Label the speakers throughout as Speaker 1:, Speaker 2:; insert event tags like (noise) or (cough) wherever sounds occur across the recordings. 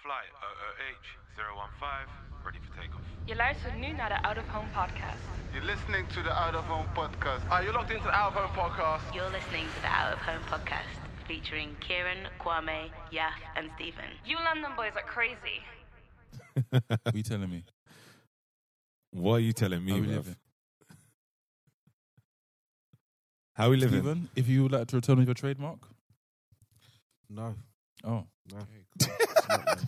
Speaker 1: Fly OOH 015, ready for takeoff.
Speaker 2: Je luistert nu naar de Out of Home podcast.
Speaker 1: You're listening to the Out of Home podcast. Are you locked into the Out of Home podcast?
Speaker 3: You're listening to the Out of Home podcast featuring Kieran, Kwame, Yaf, and Stephen.
Speaker 2: You London boys are crazy.
Speaker 4: What are you telling me? What are you telling me? How we
Speaker 5: bruv?
Speaker 4: living? How we living? Stephen, if you would like to return with your trademark,
Speaker 5: No,
Speaker 4: oh,
Speaker 5: no. it's,
Speaker 6: (laughs)
Speaker 5: not, man.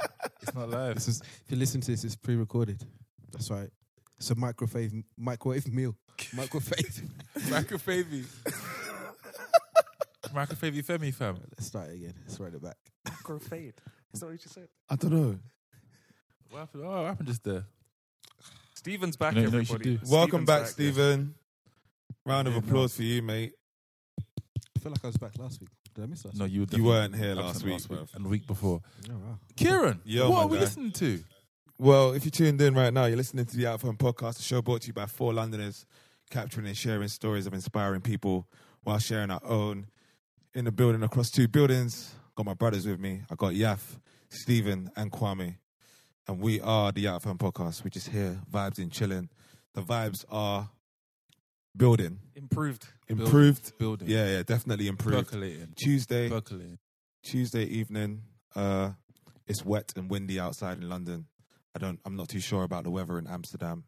Speaker 4: it's not live. (laughs)
Speaker 5: This is, if you listen to this, it's pre-recorded. That's right. It's a microwave microwave
Speaker 6: (laughs)
Speaker 5: meal. Microwave. (laughs)
Speaker 4: (laughs) Microfavy. Microfavy Femi fam.
Speaker 5: Let's start it again. Let's write it back.
Speaker 4: Microfade. Is that what you just said?
Speaker 5: I don't know.
Speaker 4: What happened? Oh, what happened just there? Steven's back,
Speaker 6: you know what you
Speaker 4: everybody.
Speaker 6: should do? Welcome
Speaker 4: Stephen's
Speaker 6: back,
Speaker 4: there.
Speaker 6: Stephen. Round of
Speaker 4: Yeah,
Speaker 6: applause for you, mate.
Speaker 5: I feel like I was back last week. Did I miss last
Speaker 4: No,
Speaker 5: week?
Speaker 4: you, were
Speaker 6: You
Speaker 4: definitely
Speaker 6: weren't here
Speaker 4: absent
Speaker 6: last week, bruv.
Speaker 4: and the week before.
Speaker 5: Oh, wow.
Speaker 4: Kieran,
Speaker 6: Yo,
Speaker 4: what
Speaker 6: my
Speaker 4: are we
Speaker 6: guy.
Speaker 4: listening to?
Speaker 6: Well, if you're tuned in right now, you're listening to the Out of Home podcast, a show brought to you by four Londoners, capturing and sharing stories of inspiring people while sharing our own. In the building across two buildings, got my brothers with me. I got Yaf, Stephen, and Kwame, and we are the Out of Home podcast. We're just here, vibes and chilling. The vibes are building,
Speaker 4: Improved.
Speaker 6: improved.
Speaker 4: Building.
Speaker 6: Yeah, yeah, definitely improved.
Speaker 4: Percolating.
Speaker 6: Tuesday,
Speaker 4: Percolating.
Speaker 6: Tuesday evening. Uh, it's wet and windy outside in London. I don't. I'm not too sure about the weather in Amsterdam,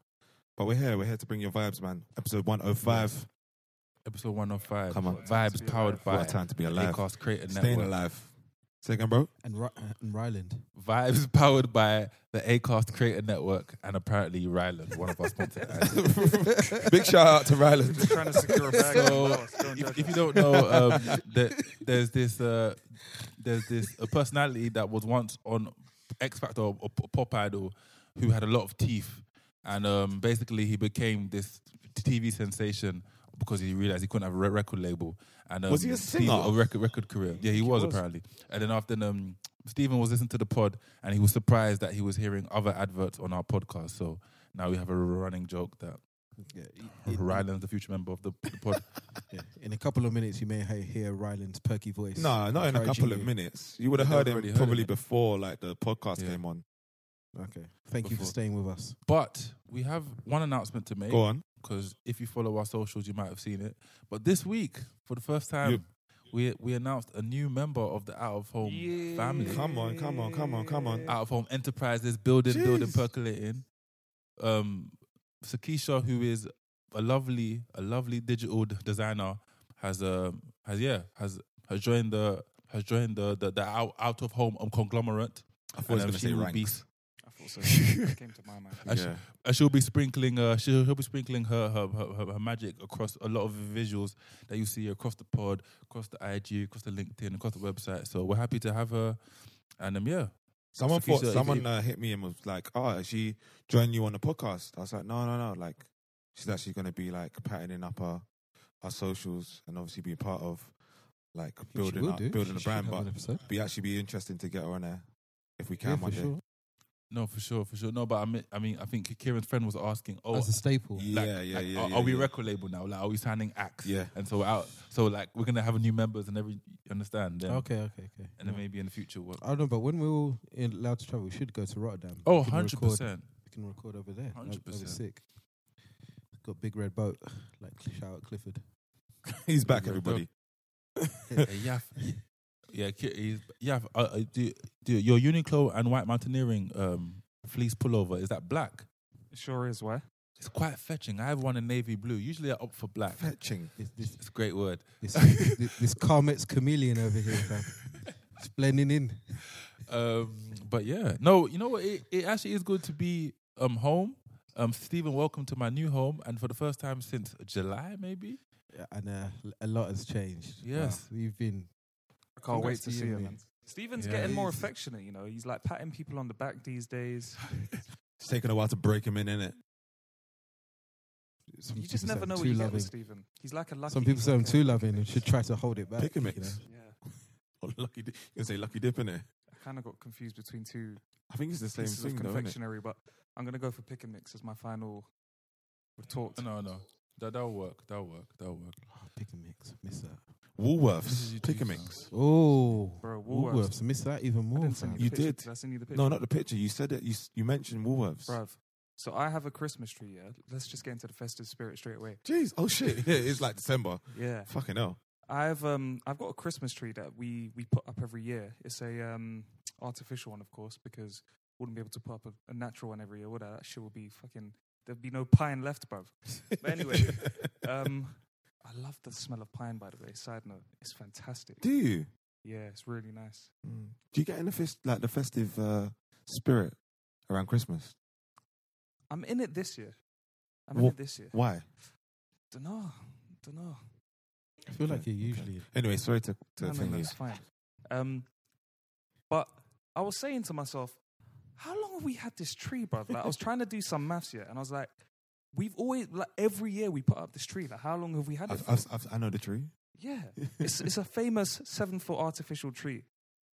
Speaker 6: but we're here. We're here to bring your vibes, man. Episode 105.
Speaker 4: Episode 105.
Speaker 6: Come on.
Speaker 4: Vibes powered by.
Speaker 6: What a time to be alive.
Speaker 4: Acast Creator
Speaker 6: Staying
Speaker 4: Network.
Speaker 6: alive. Second, bro.
Speaker 5: And, Ry- uh, and Ryland.
Speaker 4: Vibes (laughs) powered by the Acast Creator Network and apparently Ryland, one of
Speaker 6: (laughs)
Speaker 4: our sponsored ads.
Speaker 6: Big shout out to
Speaker 4: (laughs)
Speaker 6: Ryland.
Speaker 1: Trying to secure a bag.
Speaker 4: So, if, if you don't know,
Speaker 6: (laughs)
Speaker 4: um, that there's this uh, there's this a personality that was once on X Factor or, or Pop Idol who had a lot of teeth, and um, basically he became this TV sensation because he realized he couldn't have a re- record label. And um,
Speaker 6: Was he a
Speaker 4: Steve-
Speaker 6: singer?
Speaker 4: A record record career. Yeah, he was, apparently. And then after um, Stephen was listening to the pod, and he was surprised that he was hearing other adverts on our podcast. So now we have a running joke that.
Speaker 5: Yeah, in,
Speaker 4: Ryland's the future member of the, the
Speaker 6: (laughs)
Speaker 4: pod.
Speaker 5: yeah. in a couple of minutes, you may he- hear Ryland's perky voice.
Speaker 6: No, not in a
Speaker 5: encouraging
Speaker 6: couple of
Speaker 5: you.
Speaker 6: minutes. You would have
Speaker 4: They've
Speaker 6: heard
Speaker 4: already
Speaker 6: him
Speaker 4: heard
Speaker 6: probably
Speaker 4: it.
Speaker 6: before like the podcast
Speaker 4: Yeah.
Speaker 6: came on.
Speaker 5: Okay. Thank you for
Speaker 4: Before.
Speaker 5: staying with us.
Speaker 4: But we have one announcement to make
Speaker 6: Go on.
Speaker 4: because if you follow our socials, you might have seen it. But this week, for the first time,
Speaker 6: Yep.
Speaker 4: we we announced a new member of the Out of Home family.
Speaker 6: Come on, come on, come on, come
Speaker 5: (laughs)
Speaker 6: on.
Speaker 4: Out of Home Enterprises, building, building,
Speaker 6: Jeez.
Speaker 4: percolating. Um, Sakisha, who is a lovely, a lovely digital d- designer, has um has yeah has has joined the has joined the the, the out, out of home um, conglomerate.
Speaker 6: I thought I was going
Speaker 4: And, um,
Speaker 6: to
Speaker 4: she
Speaker 6: say
Speaker 4: will
Speaker 6: ranks.
Speaker 4: be-
Speaker 1: I thought so. It came to my mind.
Speaker 4: I sh-
Speaker 6: Yeah.
Speaker 4: and she'll be sprinkling uh she'll, she'll be sprinkling her her, her her her magic across a lot of visuals that you see across the pod across the ig across the linkedin across the website so we're happy to have her and um yeah
Speaker 6: Someone
Speaker 4: Sakisha,
Speaker 6: thought,
Speaker 4: if-
Speaker 6: someone
Speaker 4: if-
Speaker 6: uh, hit me and was like, "Oh, is she joined you on the podcast." I was like, "No, no, no!" Like, she's actually going to be like patterning up our our socials and obviously be part of like
Speaker 5: she
Speaker 6: building
Speaker 5: will
Speaker 6: up,
Speaker 5: do.
Speaker 6: building
Speaker 5: She
Speaker 6: the
Speaker 5: should
Speaker 6: brand.
Speaker 5: have
Speaker 6: But
Speaker 5: an episode.
Speaker 6: be actually be interesting to get her on there if we can
Speaker 5: Yeah,
Speaker 6: one
Speaker 5: for
Speaker 6: day.
Speaker 5: sure.
Speaker 4: no for sure for sure no but i mean i mean i think kieran's friend was asking oh
Speaker 5: As a staple.
Speaker 6: Yeah,
Speaker 4: like-
Speaker 6: yeah, yeah,
Speaker 4: like,
Speaker 6: yeah.
Speaker 4: are, are we
Speaker 6: yeah.
Speaker 4: record label now like are we signing acts
Speaker 6: Yeah.
Speaker 4: and so we're out so like we're gonna have new members and every you understand yeah.
Speaker 5: Okay, okay, okay.
Speaker 4: and then
Speaker 5: Yeah.
Speaker 4: maybe in the future we'll
Speaker 5: I don't know, but when we're all in, allowed to travel, we should go to Rotterdam.
Speaker 4: oh
Speaker 5: We can record-
Speaker 4: 100%
Speaker 5: We can record over there. That'd- that'd be
Speaker 4: 100%.
Speaker 5: sick. Got big red boat, like shout out Clifford.
Speaker 6: (laughs) He's back,
Speaker 4: Yeah, (laughs)
Speaker 6: everybody.
Speaker 4: Uh, yeah, f- yeah, ki- he's, yeah. f- Uh, uh, do, do your Uniqlo and White Mountaineering um, fleece pullover is that black?
Speaker 1: It sure is. Why?
Speaker 4: It's quite fetching. I have one in navy blue. Usually I opt for black.
Speaker 6: Fetching.
Speaker 5: This this
Speaker 4: It's a great word.
Speaker 5: this this, this Carmet's chameleon over here, fam. It's blending in.
Speaker 4: (laughs) Um, but yeah, no, you know what? It, it actually is good to be um home. Um, Stephen, welcome to my new home, and for the first time since July, maybe.
Speaker 5: Yeah, And uh, a lot has changed.
Speaker 4: Yes.
Speaker 5: Wow, we've been.
Speaker 1: I can't wait
Speaker 5: Congrats
Speaker 1: to
Speaker 5: to you,
Speaker 1: see you,
Speaker 5: mate.
Speaker 1: man.
Speaker 7: Steven's
Speaker 4: Yeah.
Speaker 7: getting more affectionate, you know. He's like patting people on the back these days.
Speaker 6: It's taken a while to break him in, innit? (laughs)
Speaker 5: Some
Speaker 7: You just
Speaker 5: people say
Speaker 7: never
Speaker 5: I'm
Speaker 7: know what
Speaker 5: too
Speaker 7: you get
Speaker 5: loving.
Speaker 7: with Steven. He's like a lucky
Speaker 5: Some people say I'm
Speaker 7: like a-
Speaker 5: too loving and should try to hold it back.
Speaker 6: Pick a
Speaker 5: you know.
Speaker 6: mix.
Speaker 7: Yeah.
Speaker 6: Or lucky dip. You say lucky dip, innit?
Speaker 7: I kind of got confused between two
Speaker 6: I think it's the same
Speaker 7: pieces
Speaker 6: thing,
Speaker 7: of
Speaker 6: though, innit?
Speaker 7: confectionery, but I'm going to go for pick and mix as my final retort.
Speaker 4: No, no. That, that'll work. That'll work. That'll work.
Speaker 5: Oh, pick a mix. Miss that.
Speaker 4: This is
Speaker 6: Woolworths.
Speaker 4: your
Speaker 6: Pick a
Speaker 4: juice,
Speaker 6: mix.
Speaker 5: Oh,
Speaker 7: Bro, Woolworths.
Speaker 5: Woolworths. Miss that even
Speaker 7: I
Speaker 5: more.
Speaker 7: didn't send
Speaker 5: fam.
Speaker 7: you, the
Speaker 6: You
Speaker 7: picture.
Speaker 6: did.
Speaker 7: I send you the picture?
Speaker 6: No, not the picture. You said it. You, s- you mentioned Woolworths.
Speaker 7: Bruv. So I have a Christmas tree, yeah? Let's just get into the festive spirit straight away.
Speaker 6: Jeez. Oh, shit. (laughs) Yeah, it's like December.
Speaker 7: Yeah.
Speaker 6: Fucking hell.
Speaker 7: I've um I've got a Christmas tree that we we put up every year. It's a um artificial one, of course, because wouldn't be able to put up a, a natural one every year, would I? That shit would be fucking. There'd be no pine left, bruv. But anyway, um, I love the smell of pine. By the way, side note, it's fantastic.
Speaker 6: Do you?
Speaker 7: Yeah, it's really nice.
Speaker 6: Do you get in the, fest, like, the festive uh, spirit around Christmas?
Speaker 7: I'm in it this year. I'm in
Speaker 6: Wha-
Speaker 7: it this year.
Speaker 6: Why?
Speaker 7: Don't know. Don't know.
Speaker 5: I feel like you usually.
Speaker 6: Anyway, sorry to, to
Speaker 7: No, no,
Speaker 6: offend
Speaker 7: no,
Speaker 6: you.
Speaker 7: it's fine. Um, but I was saying to myself, how long have we had this tree, bro? Like, I was trying to do some maths here, and I was like, we've always like every year we put up this tree. Like, how long have we had it?
Speaker 6: I've,
Speaker 7: for?
Speaker 6: I've, I've, I know the tree.
Speaker 7: (laughs) yeah, it's it's a famous seven foot artificial tree,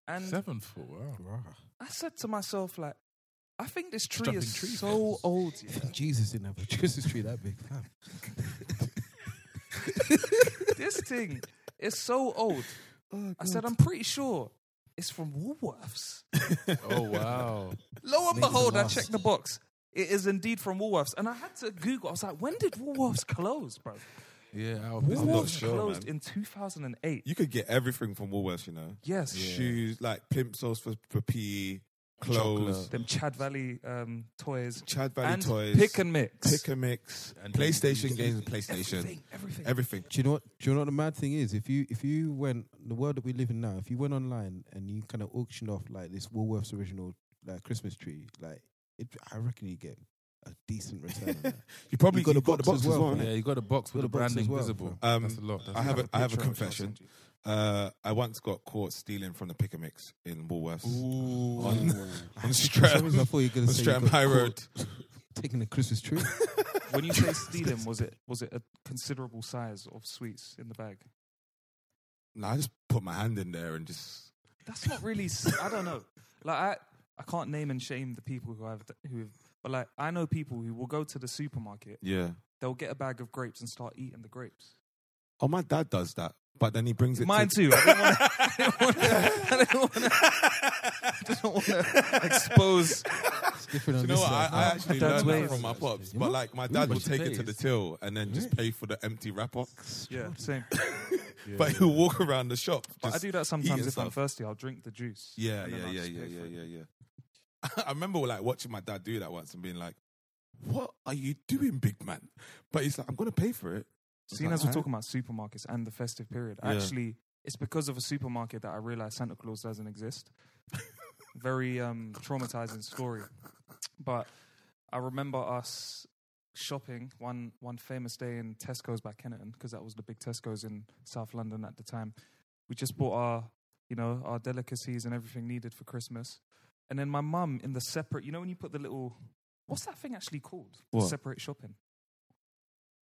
Speaker 7: and
Speaker 4: Seven foot. Wow.
Speaker 5: Rah.
Speaker 7: I said to myself, like, I think this tree
Speaker 4: Jumping
Speaker 7: is
Speaker 4: tree (laughs)
Speaker 7: so
Speaker 4: fence.
Speaker 7: old. Yeah.
Speaker 5: Jesus didn't have a (laughs) Christmas tree that big. Fam.
Speaker 7: this thing is so old. I said, I'm pretty sure it's from Woolworths.
Speaker 5: (laughs)
Speaker 4: Oh, wow.
Speaker 7: Lo and
Speaker 5: Makes
Speaker 7: behold,
Speaker 5: a
Speaker 7: I
Speaker 5: loss.
Speaker 7: checked the box. It is indeed from Woolworths. And I had to Google. I was like, when did Woolworths close, bro?
Speaker 4: Yeah. Our
Speaker 6: I'm not
Speaker 7: Woolworths
Speaker 4: business.
Speaker 6: sure,
Speaker 7: closed
Speaker 6: man.
Speaker 7: in 2008.
Speaker 6: You could get everything from Woolworths, you know.
Speaker 7: yes.
Speaker 6: Shoes, like plimsolls for, for PE, clothes,
Speaker 7: Them Chad Valley um, toys.
Speaker 6: Chad Valley
Speaker 7: and
Speaker 6: toys.
Speaker 7: Pick and mix.
Speaker 6: pick a mix,
Speaker 4: And
Speaker 6: PlayStation
Speaker 4: you-
Speaker 6: games, and PlayStation.
Speaker 7: Everything. Everything.
Speaker 6: Everything.
Speaker 5: Do you know what? Do you know what the mad thing is? If you if you went the world that we live in now, if you went online and you kind of auctioned off like this Woolworths original like Christmas tree, like it, I reckon you get a decent return. on
Speaker 6: (laughs)
Speaker 5: that.
Speaker 6: You probably
Speaker 5: You got
Speaker 6: you
Speaker 5: the
Speaker 6: got the
Speaker 5: box
Speaker 6: box
Speaker 5: as
Speaker 6: as well.
Speaker 5: well,
Speaker 6: innit?
Speaker 4: Yeah, you got a box with
Speaker 5: Got
Speaker 4: the
Speaker 5: a box as
Speaker 4: branding
Speaker 5: well,
Speaker 4: visible.
Speaker 5: bro.
Speaker 6: Um,
Speaker 4: That's a lot. That's
Speaker 6: I have a, I have a
Speaker 7: picture of it, I'll
Speaker 6: confession.
Speaker 7: send
Speaker 6: Uh, I once got caught stealing from the pick a mix in Woolworths (laughs)
Speaker 4: Ooh.
Speaker 6: on, on
Speaker 5: For some reason,
Speaker 6: Stratham,
Speaker 5: I thought you were
Speaker 6: on
Speaker 5: gonna say you
Speaker 6: Stratham
Speaker 5: got
Speaker 6: High
Speaker 5: caught
Speaker 6: Road.
Speaker 5: (laughs) taking a Christmas tree.
Speaker 7: When
Speaker 6: (laughs)
Speaker 7: you say stealing, was it was it a considerable size of sweets in the bag?
Speaker 6: No, (laughs) I just put my hand in there and just.
Speaker 7: That's not really. s- I don't know. Like I, I can't name and shame the people who have who, have, but like I know people who will go to the supermarket.
Speaker 6: Yeah.
Speaker 7: They'll get a bag of grapes and start eating the grapes.
Speaker 6: Oh, my dad does that, but then he brings it.
Speaker 7: Mine
Speaker 6: to,
Speaker 7: too. I didn't want to. (laughs) I didn't want to. (laughs) I didn't want to expose.
Speaker 5: It's different on
Speaker 6: Do you know
Speaker 5: this
Speaker 6: what? I,
Speaker 5: side.
Speaker 6: I actually
Speaker 7: Dad's
Speaker 6: learned
Speaker 7: ways.
Speaker 6: that from my pops,
Speaker 5: You
Speaker 6: but
Speaker 5: know?
Speaker 6: like my dad
Speaker 5: Ooh,
Speaker 6: will take it to
Speaker 5: days.
Speaker 6: the till and then just pay for the empty wrapper.
Speaker 7: Yeah, same.
Speaker 6: But he'll walk around the shop.
Speaker 7: But I
Speaker 6: just
Speaker 7: do that
Speaker 6: eating
Speaker 7: sometimes. If I'm
Speaker 6: stuff.
Speaker 7: thirsty, I'll drink the juice.
Speaker 6: Yeah,
Speaker 7: and then
Speaker 6: yeah,
Speaker 7: I'll
Speaker 6: yeah,
Speaker 7: just
Speaker 6: yeah,
Speaker 7: pay
Speaker 6: yeah,
Speaker 7: for it.
Speaker 6: yeah, yeah. (laughs) I remember like watching my dad do that once and being like, "What are you doing, big man?" But he's like, "I'm gonna pay for it." It's
Speaker 7: Seeing
Speaker 6: like,
Speaker 7: as we're
Speaker 6: "Alright."
Speaker 7: talking about supermarkets and the festive period,
Speaker 6: Yeah.
Speaker 7: actually, it's because of a supermarket that I realized Santa Claus
Speaker 6: (laughs)
Speaker 7: doesn't exist. Very um, traumatizing story. But I remember us shopping one, one famous day in Tesco's by Kennington, because that was the big Tesco's in South London at the time. We just bought our, you know, our delicacies and everything needed for Christmas. And then my mum in the separate, you know, when you put the little, what's that thing actually called?
Speaker 6: What?
Speaker 7: Separate shopping.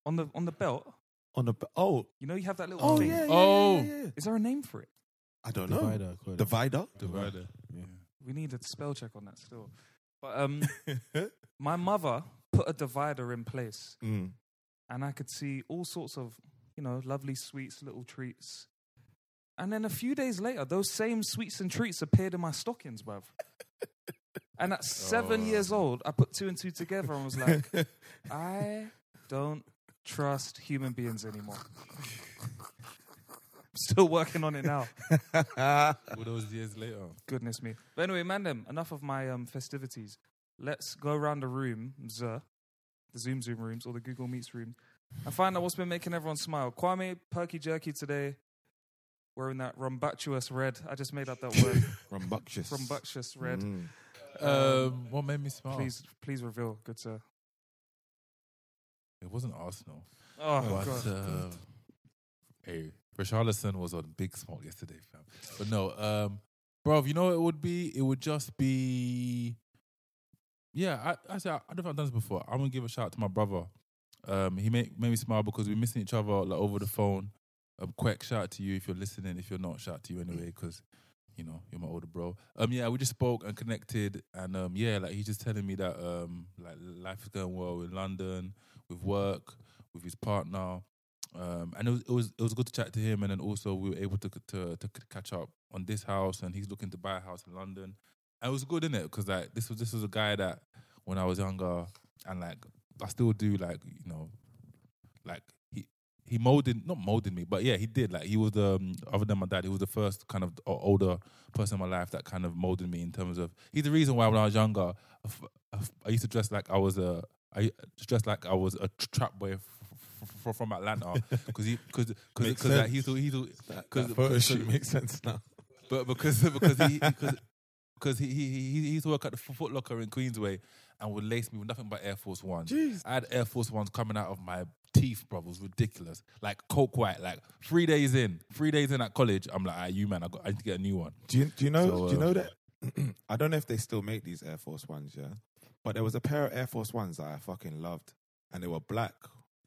Speaker 7: On the on the belt,
Speaker 6: on the b- oh
Speaker 7: you know, you have that little
Speaker 6: oh
Speaker 7: thing.
Speaker 6: yeah, yeah,
Speaker 4: Oh.
Speaker 6: yeah, yeah, yeah.
Speaker 7: Is there a name for it?
Speaker 6: I don't know
Speaker 5: Divider,
Speaker 6: divider.
Speaker 5: I call it.
Speaker 4: Divider.
Speaker 7: We need a spell check on that still. But um, (laughs) my mother put a divider in place,
Speaker 6: (laughs) Mm.
Speaker 7: and I could see all sorts of, you know, lovely sweets, little treats. And then a few days later, those same sweets and treats appeared in my stockings, bruv.
Speaker 6: (laughs)
Speaker 7: And at seven
Speaker 4: Oh.
Speaker 7: years old, I put two and two together and was
Speaker 6: (laughs)
Speaker 7: like, I don't trust human beings
Speaker 6: (laughs)
Speaker 7: anymore. Still working on it now.
Speaker 4: All those years
Speaker 7: (laughs)
Speaker 4: later.
Speaker 7: Goodness me. But anyway, man, them, enough of my um, festivities. Let's go around the room, Zer, the Zoom Zoom rooms or the Google Meets room, and find out what's been making everyone smile. Kwame, perky jerky today, wearing that rumbunctious red. I just made up that
Speaker 6: (laughs)
Speaker 7: word.
Speaker 6: Rumbunctious.
Speaker 7: rumbunctious red.
Speaker 6: Mm.
Speaker 4: Um, what made me smile?
Speaker 7: Please, please reveal, good sir.
Speaker 4: It wasn't Arsenal.
Speaker 7: Oh,
Speaker 6: uh,
Speaker 4: but
Speaker 7: God.
Speaker 4: um, hey, Richarlison was on big smoke yesterday, fam. But no, um, Bro, you know what it would be? It would just be. Yeah, I, actually, I, I don't think I've done this before. I'm going to give a shout out to my brother. Um, he made, made me smile because we're missing each other like over the phone. Um, quick shout out to you if you're listening. If you're not, shout out to you anyway because, you know, you're my older bro. Um, yeah, we just spoke and connected. And um, yeah, like he's just telling me that um, like life is going well in London, with work, with his partner. Um, and it was, it was it was good to chat to him, and then also we were able to to to c- catch up on this house, and he's looking to buy a house in London. And it was good, innit? Because like this was this was a guy that when I was younger, and like I still do like you know, like he he molded not molded me, but yeah, he did. Like he was the um, other than my dad, he was the first kind of o- older person in my life that kind of molded me in terms of he's the reason why when I was younger, I f- I f- I used to dress like I was a I dressed like I was a tr- trap boy. F- f- f- from Atlanta, because he, because,
Speaker 6: Makes
Speaker 4: because, like,
Speaker 6: sense.
Speaker 4: he's, he's,
Speaker 6: Because
Speaker 4: because
Speaker 6: the photo shoot makes sense now.
Speaker 4: but because (laughs) because he because because he, he he he used to work at the Foot Locker in Queensway and would lace me with nothing but Air Force Ones. I had Air Force Ones coming out of my teeth, bro. It was ridiculous. Like coke white. Like three days in, three days in at college, I'm like, ah, you man, I got I need to get a new one.
Speaker 6: Do you do you know
Speaker 4: So,
Speaker 6: do you
Speaker 4: uh,
Speaker 6: know that? (clears throat) I don't know if they still make these Air Force Ones, yeah. But there was a pair of Air Force Ones that I fucking loved, and they were black.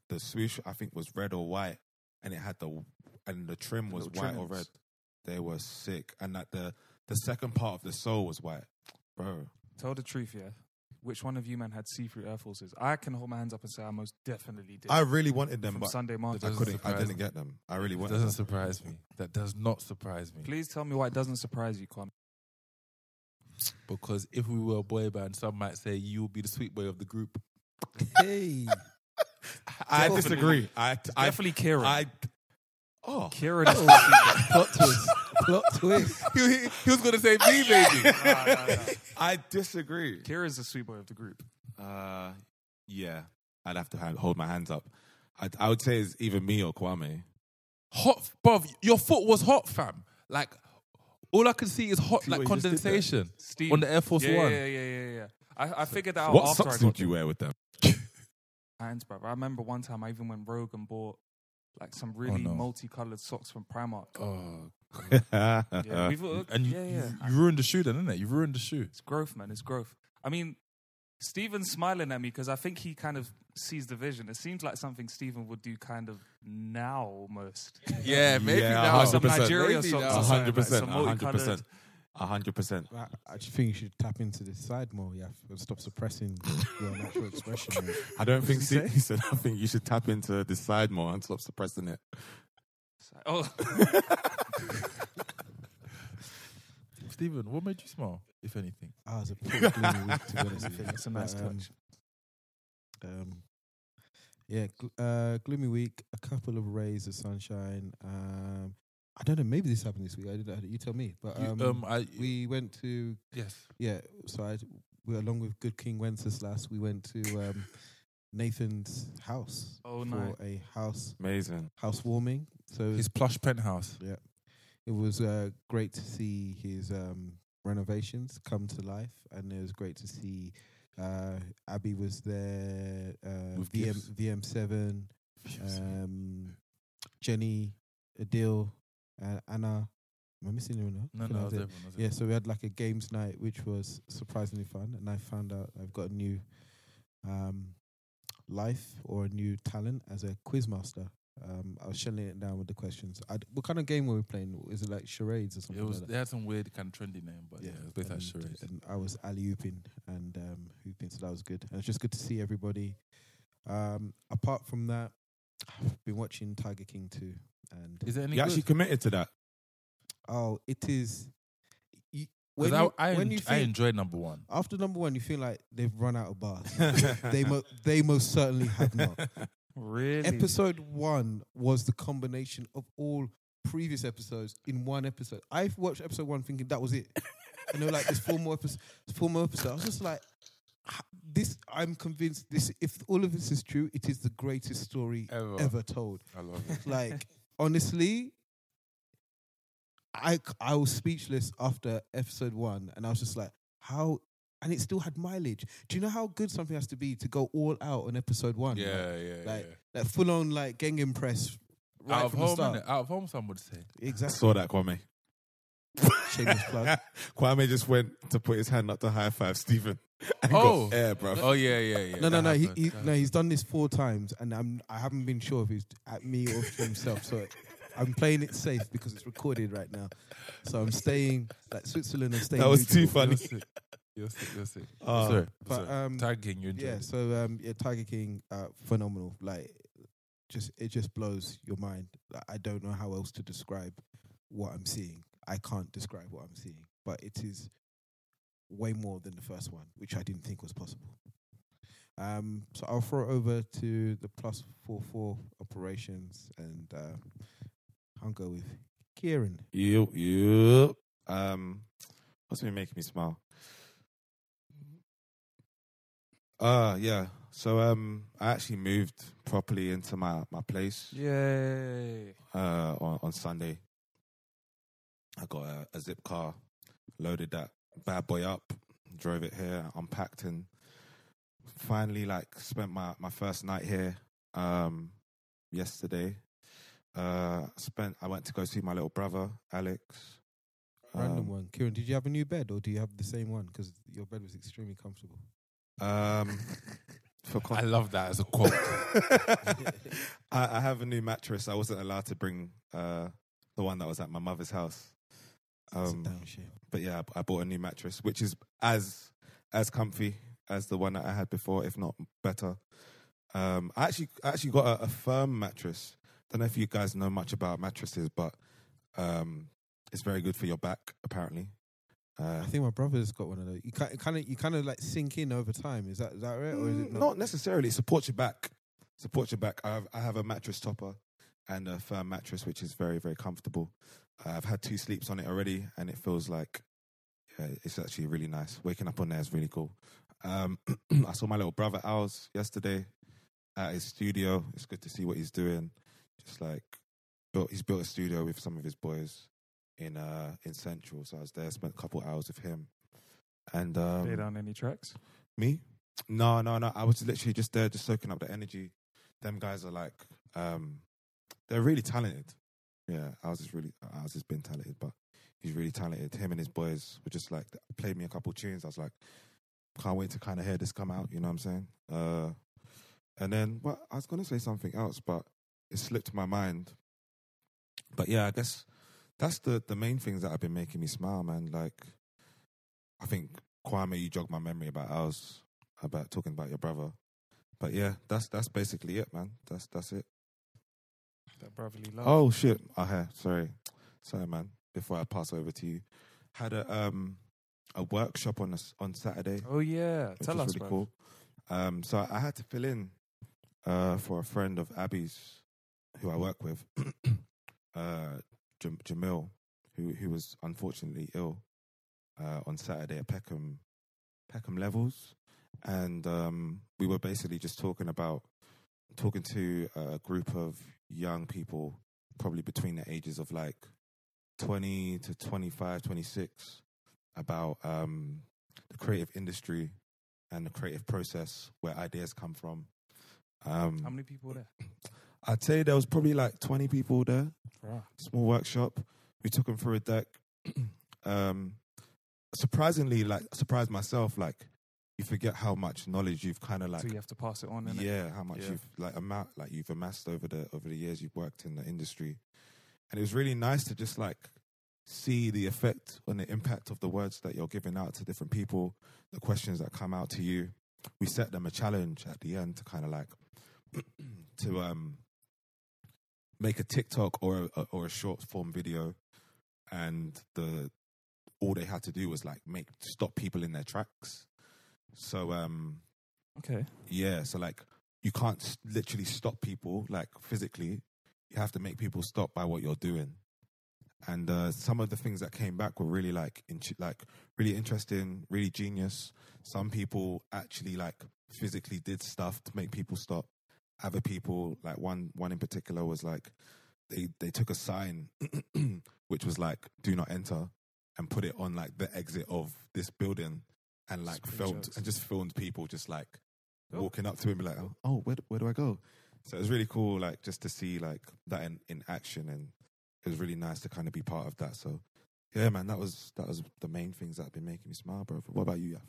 Speaker 6: The swoosh I think was red or white, and it had the and the trim was
Speaker 7: little
Speaker 6: white or
Speaker 7: trimmings.
Speaker 6: red. They were sick, and that the the second part of the sole was white, bro.
Speaker 7: Tell the truth, yeah. Which one of you men had see-through Air Forces? I can hold my hands up and say I most definitely did.
Speaker 6: I really wanted them,
Speaker 7: from
Speaker 6: but
Speaker 7: Sunday market.
Speaker 6: I couldn't. I
Speaker 4: surprise
Speaker 6: didn't
Speaker 4: me.
Speaker 6: get them. I really
Speaker 4: That
Speaker 6: wanted.
Speaker 4: doesn't
Speaker 6: Them.
Speaker 4: surprise me. That does not surprise me.
Speaker 7: Please tell me why it doesn't surprise you, Kwame.
Speaker 4: Because if we were a boy band, some might say you will be the sweet boy of the group.
Speaker 5: Hey,
Speaker 6: I disagree. I I
Speaker 7: Definitely
Speaker 6: (laughs)
Speaker 7: Kieran.
Speaker 6: I oh
Speaker 7: Kieran is (laughs) the
Speaker 5: plot twist, plot twist.
Speaker 4: he, (laughs) he- he was gonna say me, baby.
Speaker 6: I disagree.
Speaker 7: Kieran's the sweet boy of the group.
Speaker 6: Uh, yeah, I'd have to hand, hold my hands up. I, I would say it's either me or Kwame.
Speaker 4: hot, bruv. Your foot was hot, fam. Like all I can see is hot,
Speaker 6: See
Speaker 4: like
Speaker 6: what you just did there?
Speaker 4: condensation
Speaker 7: Steve
Speaker 4: on the Air Force
Speaker 7: yeah,
Speaker 4: One.
Speaker 7: Yeah, yeah, yeah, yeah. yeah. I, I figured that out
Speaker 6: what
Speaker 7: after
Speaker 6: socks
Speaker 7: I got
Speaker 6: did you wear (laughs) with them?
Speaker 7: hands, brother. I remember one time I even went rogue and bought like some really
Speaker 6: Oh,
Speaker 4: no.
Speaker 7: multicolored socks from Primark.
Speaker 4: Oh,
Speaker 7: (laughs) Yeah, we've, uh,
Speaker 4: and you,
Speaker 7: yeah,
Speaker 4: you-
Speaker 7: yeah.
Speaker 4: you ruined the shoe, then, didn't it? You ruined the shoe.
Speaker 7: It's growth, man. It's growth. I mean, Steven's smiling at me because I think he kind of sees the vision. It seems like something Steven would do kind of now almost.
Speaker 4: Yeah,
Speaker 6: maybe Yeah, now.
Speaker 7: Some
Speaker 6: 100%.
Speaker 7: Nigeria
Speaker 4: Maybe
Speaker 7: socks.
Speaker 4: now.
Speaker 7: or
Speaker 6: A
Speaker 7: something,
Speaker 6: hundred
Speaker 7: like
Speaker 6: percent,
Speaker 7: some
Speaker 6: a hundred
Speaker 7: multicoloured-
Speaker 6: percent, a hundred percent.
Speaker 5: I, I just think you should tap into this side more, yeah, and stop suppressing your natural expression. mate.
Speaker 6: I don't think
Speaker 5: did you
Speaker 6: Steve, he said. I think you should tap into this side more and stop suppressing it. (laughs)
Speaker 7: Oh,
Speaker 4: Stephen, what made you smile, if anything?
Speaker 5: I was a pretty gloomy week,
Speaker 4: (laughs)
Speaker 5: to be honest with you.
Speaker 7: That's a nice
Speaker 5: But, um,
Speaker 7: touch.
Speaker 5: Um, yeah, gl- uh, gloomy week. A couple of rays of sunshine. Um, I don't know. Maybe this happened this week. I didn't. You tell me. But
Speaker 4: You-
Speaker 5: um,
Speaker 4: um, I-
Speaker 5: we went to
Speaker 4: yes,
Speaker 5: yeah. So I we along with Good King Wenceslas, we went to um, Nathan's house
Speaker 7: Oh,
Speaker 5: for
Speaker 7: nice.
Speaker 5: a house
Speaker 6: Amazing.
Speaker 5: housewarming. So
Speaker 4: his plush penthouse.
Speaker 5: yeah. It was uh, great to see his um, renovations come to life, and it was great to see uh, Abby was there, uh,
Speaker 4: With
Speaker 5: VM,
Speaker 4: gifts.
Speaker 5: VM7, um, Jenny, Adil, uh, Anna. Am I missing anyone?
Speaker 4: No,
Speaker 5: Can
Speaker 4: no,
Speaker 5: I
Speaker 4: I was
Speaker 5: do-
Speaker 4: there, I was there.
Speaker 5: yeah, so we had like a games night, which was surprisingly fun, and I found out I've got a new um, life or a new talent as a quiz master. Um, I was shelling it down with the questions. I'd, what kind of game were we playing? Is it like charades or something?
Speaker 4: It was.
Speaker 5: like
Speaker 4: They
Speaker 5: that?
Speaker 4: had some weird kind of trendy name, but yeah, it was based on
Speaker 5: and,
Speaker 4: charades.
Speaker 5: and I was alley ooping and um, hooping, so that was good. And it's just good to see everybody. Um, apart from that, I've been watching Tiger King too, and
Speaker 4: Is there any?
Speaker 6: You actually committed to that.
Speaker 5: oh, it is. You,
Speaker 4: Because I, I, en- I
Speaker 5: think-
Speaker 4: enjoyed number one.
Speaker 5: after number one, you feel like they've run out
Speaker 4: (laughs)
Speaker 5: of bars. they mo- they most certainly have not.
Speaker 7: really?
Speaker 5: Episode one was the combination of all previous episodes in one episode. I watched episode one thinking that was it, and they were like, "There's four more episodes. Four more episodes." I was just like, "Ha- "This." I'm convinced. This, if all of this is true, it is the greatest story
Speaker 4: Ever.
Speaker 5: ever told.
Speaker 4: I love it.
Speaker 5: Like honestly, I c- I was speechless after episode one, and I was just like, how. And it still had mileage. Do you know how good something has to be to go all out on episode one?
Speaker 4: Yeah,
Speaker 5: Like,
Speaker 4: yeah,
Speaker 5: like
Speaker 4: yeah.
Speaker 5: like full on like gang impress right
Speaker 4: out of
Speaker 5: from the
Speaker 4: home,
Speaker 5: start.
Speaker 4: innit? out of home, some would say.
Speaker 5: Exactly.
Speaker 6: Saw that, Kwame.
Speaker 8: (laughs) Shameless plug.
Speaker 5: (laughs) Kwame just went to put his hand up to high five Stephen (laughs) and
Speaker 4: Oh.
Speaker 5: got air, bro.
Speaker 4: Oh yeah, yeah, yeah.
Speaker 8: No, no,
Speaker 4: that
Speaker 8: no. He,
Speaker 4: happened,
Speaker 8: he,
Speaker 4: that
Speaker 8: no, he's done this four times, and I'm I haven't been sure if it's at me or himself. So I'm playing it safe because it's recorded right now. So I'm staying like Switzerland. I'm staying.
Speaker 5: That was too
Speaker 8: neutral.
Speaker 5: funny.
Speaker 4: happened. You're sick. You're sick. You're sick.
Speaker 5: Uh,
Speaker 4: sorry,
Speaker 8: but,
Speaker 4: sorry.
Speaker 8: um,
Speaker 4: Tag King, you enjoyed
Speaker 8: Yeah.
Speaker 4: it.
Speaker 8: So um, yeah, Tiger King, uh, phenomenal. Like, just it just blows your mind. Like, I don't know how else to describe what I'm seeing. I can't describe what I'm seeing, but it is way more than the first one, which I didn't think was possible. Um, so I'll throw it over to the plus four four operations, and uh, I'll go with Kieran.
Speaker 5: Yep, yep. Um, what's been making me smile? Uh yeah. So um, I actually moved properly into my my place
Speaker 7: (laughs) Yay.
Speaker 5: uh on, on Sunday. I got a, a zip car, loaded that bad boy up, drove it here, unpacked, and finally like spent my my first night here. Um, yesterday, uh, spent I went to go see my little brother Alex.
Speaker 8: Random
Speaker 5: Um,
Speaker 8: one. Kieran, did you have a new bed, or do you have the same one? Because your bed was extremely comfortable. (laughs)
Speaker 5: Um, for
Speaker 4: I
Speaker 5: con-
Speaker 4: love that as a
Speaker 5: (laughs)
Speaker 4: quote.
Speaker 5: I, I have a new mattress. I wasn't allowed to bring uh, the one that was at my mother's house.
Speaker 8: Sit
Speaker 5: Um,
Speaker 8: down, shame.
Speaker 5: but yeah, I I bought a new mattress, which is as as comfy as the one that I had before, if not better. Um, I actually I actually got a, a firm mattress. Don't know if you guys know much about mattresses, but um, it's very good for your back, apparently. Uh,
Speaker 8: I think my brother's got one of those. You kind of, you kind of like sink in over time. Is that is that right, or is
Speaker 5: Mm,
Speaker 8: it not?
Speaker 5: not necessarily. It supports your back. Supports your back. I have, I have a mattress topper and a firm mattress, which is very, very comfortable. I've had two sleeps on it already, and it feels like yeah, it's actually really nice. Waking up on there is really cool. Um, (clears throat) I saw my little brother Al's yesterday at his studio. It's good to see what he's doing. Just like built, he's built a studio with some of his boys in uh in Central. So I was there, spent a couple hours with him, and um,
Speaker 7: Play down any tracks?
Speaker 5: me? No, no, no. I was literally just there, just soaking up the energy. Them guys are like, um, they're really talented. Yeah, I was just really, I was just being talented, but he's really talented. Him and his boys were just like played me a couple tunes. I was like, can't wait to kind of hear this come out. You know what I'm saying? Uh, and then, well, I was gonna say something else, but it slipped my mind. But yeah, I guess that's the the main things that have been making me smile, man. Like, I think Kwame, you jogged my memory about ours, about talking about your brother. But yeah, that's that's basically it, man. That's that's it.
Speaker 7: That brotherly love.
Speaker 5: Oh shit! I have sorry, sorry, man. Before I pass over to you, had a um a workshop on us on Saturday.
Speaker 7: Oh, yeah.
Speaker 5: which
Speaker 7: Tell
Speaker 5: was
Speaker 7: us,
Speaker 5: really
Speaker 7: bruv.
Speaker 5: cool. Um, so I had to fill in uh, for a friend of Abby's, who I work with, (clears throat) uh, Jam- Jamil, who who was unfortunately ill uh, on Saturday at Peckham Peckham Levels, and um, we were basically just talking about talking to a group of young people, probably between the ages of like twenty to 25, 26, about um, the creative industry and the creative process where ideas come from. Um,
Speaker 7: How many people there?
Speaker 5: I'd say there was probably like 20 people there,
Speaker 7: Bruh.
Speaker 5: small workshop. We took them through a deck. (clears throat) um, surprisingly, like, surprised myself, like, you forget how much knowledge you've kind of like
Speaker 7: so you have to pass it on, innit?
Speaker 5: yeah, how much
Speaker 7: Yeah.
Speaker 5: you've like amount like you've amassed over the over the years you've worked in the industry, and it was really nice to just like see the effect and the impact of the words that you're giving out to different people, the questions that come out to you. We set them a challenge at the end to kind of like (clears throat) to um make a TikTok or a, or a short form video, and the all they had to do was like make stop people in their tracks. So um
Speaker 7: Okay.
Speaker 5: yeah, so like you can't s- literally stop people like physically. You have to make people stop by what you're doing. And uh, some of the things that came back were really like in- like really interesting, really genius. Some people actually like physically did stuff to make people stop. Other people, like one one in particular, was like they they took a sign (clears throat) which was like "Do not enter" and put it on like the exit of this building, and like
Speaker 7: Screen
Speaker 5: filmed
Speaker 7: shots.
Speaker 5: and just filmed people just like
Speaker 7: Oh.
Speaker 5: walking up to him, be like, "Oh, oh, where do- where do I go?" So it was really cool, like just to see like that in, in action, and it was really nice to kind of be part of that. So yeah, man, that was that was the main things that have been making me smile, bro. What about you, Yaf?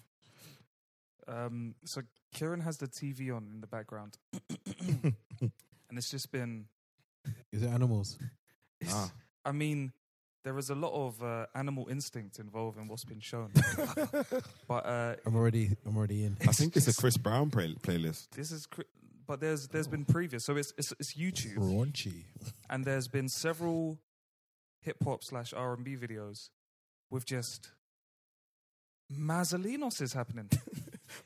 Speaker 7: Um, so Kieran has the TV on in the background, (coughs) and it's just been.
Speaker 9: Is it animals?
Speaker 7: it's- (laughs)
Speaker 5: Ah.
Speaker 7: I mean, there is a lot of uh, animal instinct involved in what's been shown, but uh,
Speaker 9: I'm already, I'm already in.
Speaker 5: I think it's a Chris Brown play- playlist.
Speaker 7: this is. Cr- but there's there's been previous, so it's it's, it's YouTube,
Speaker 4: Raunchy.
Speaker 7: and there's been several hip hop slash R and B videos with just Mazalinos is happening.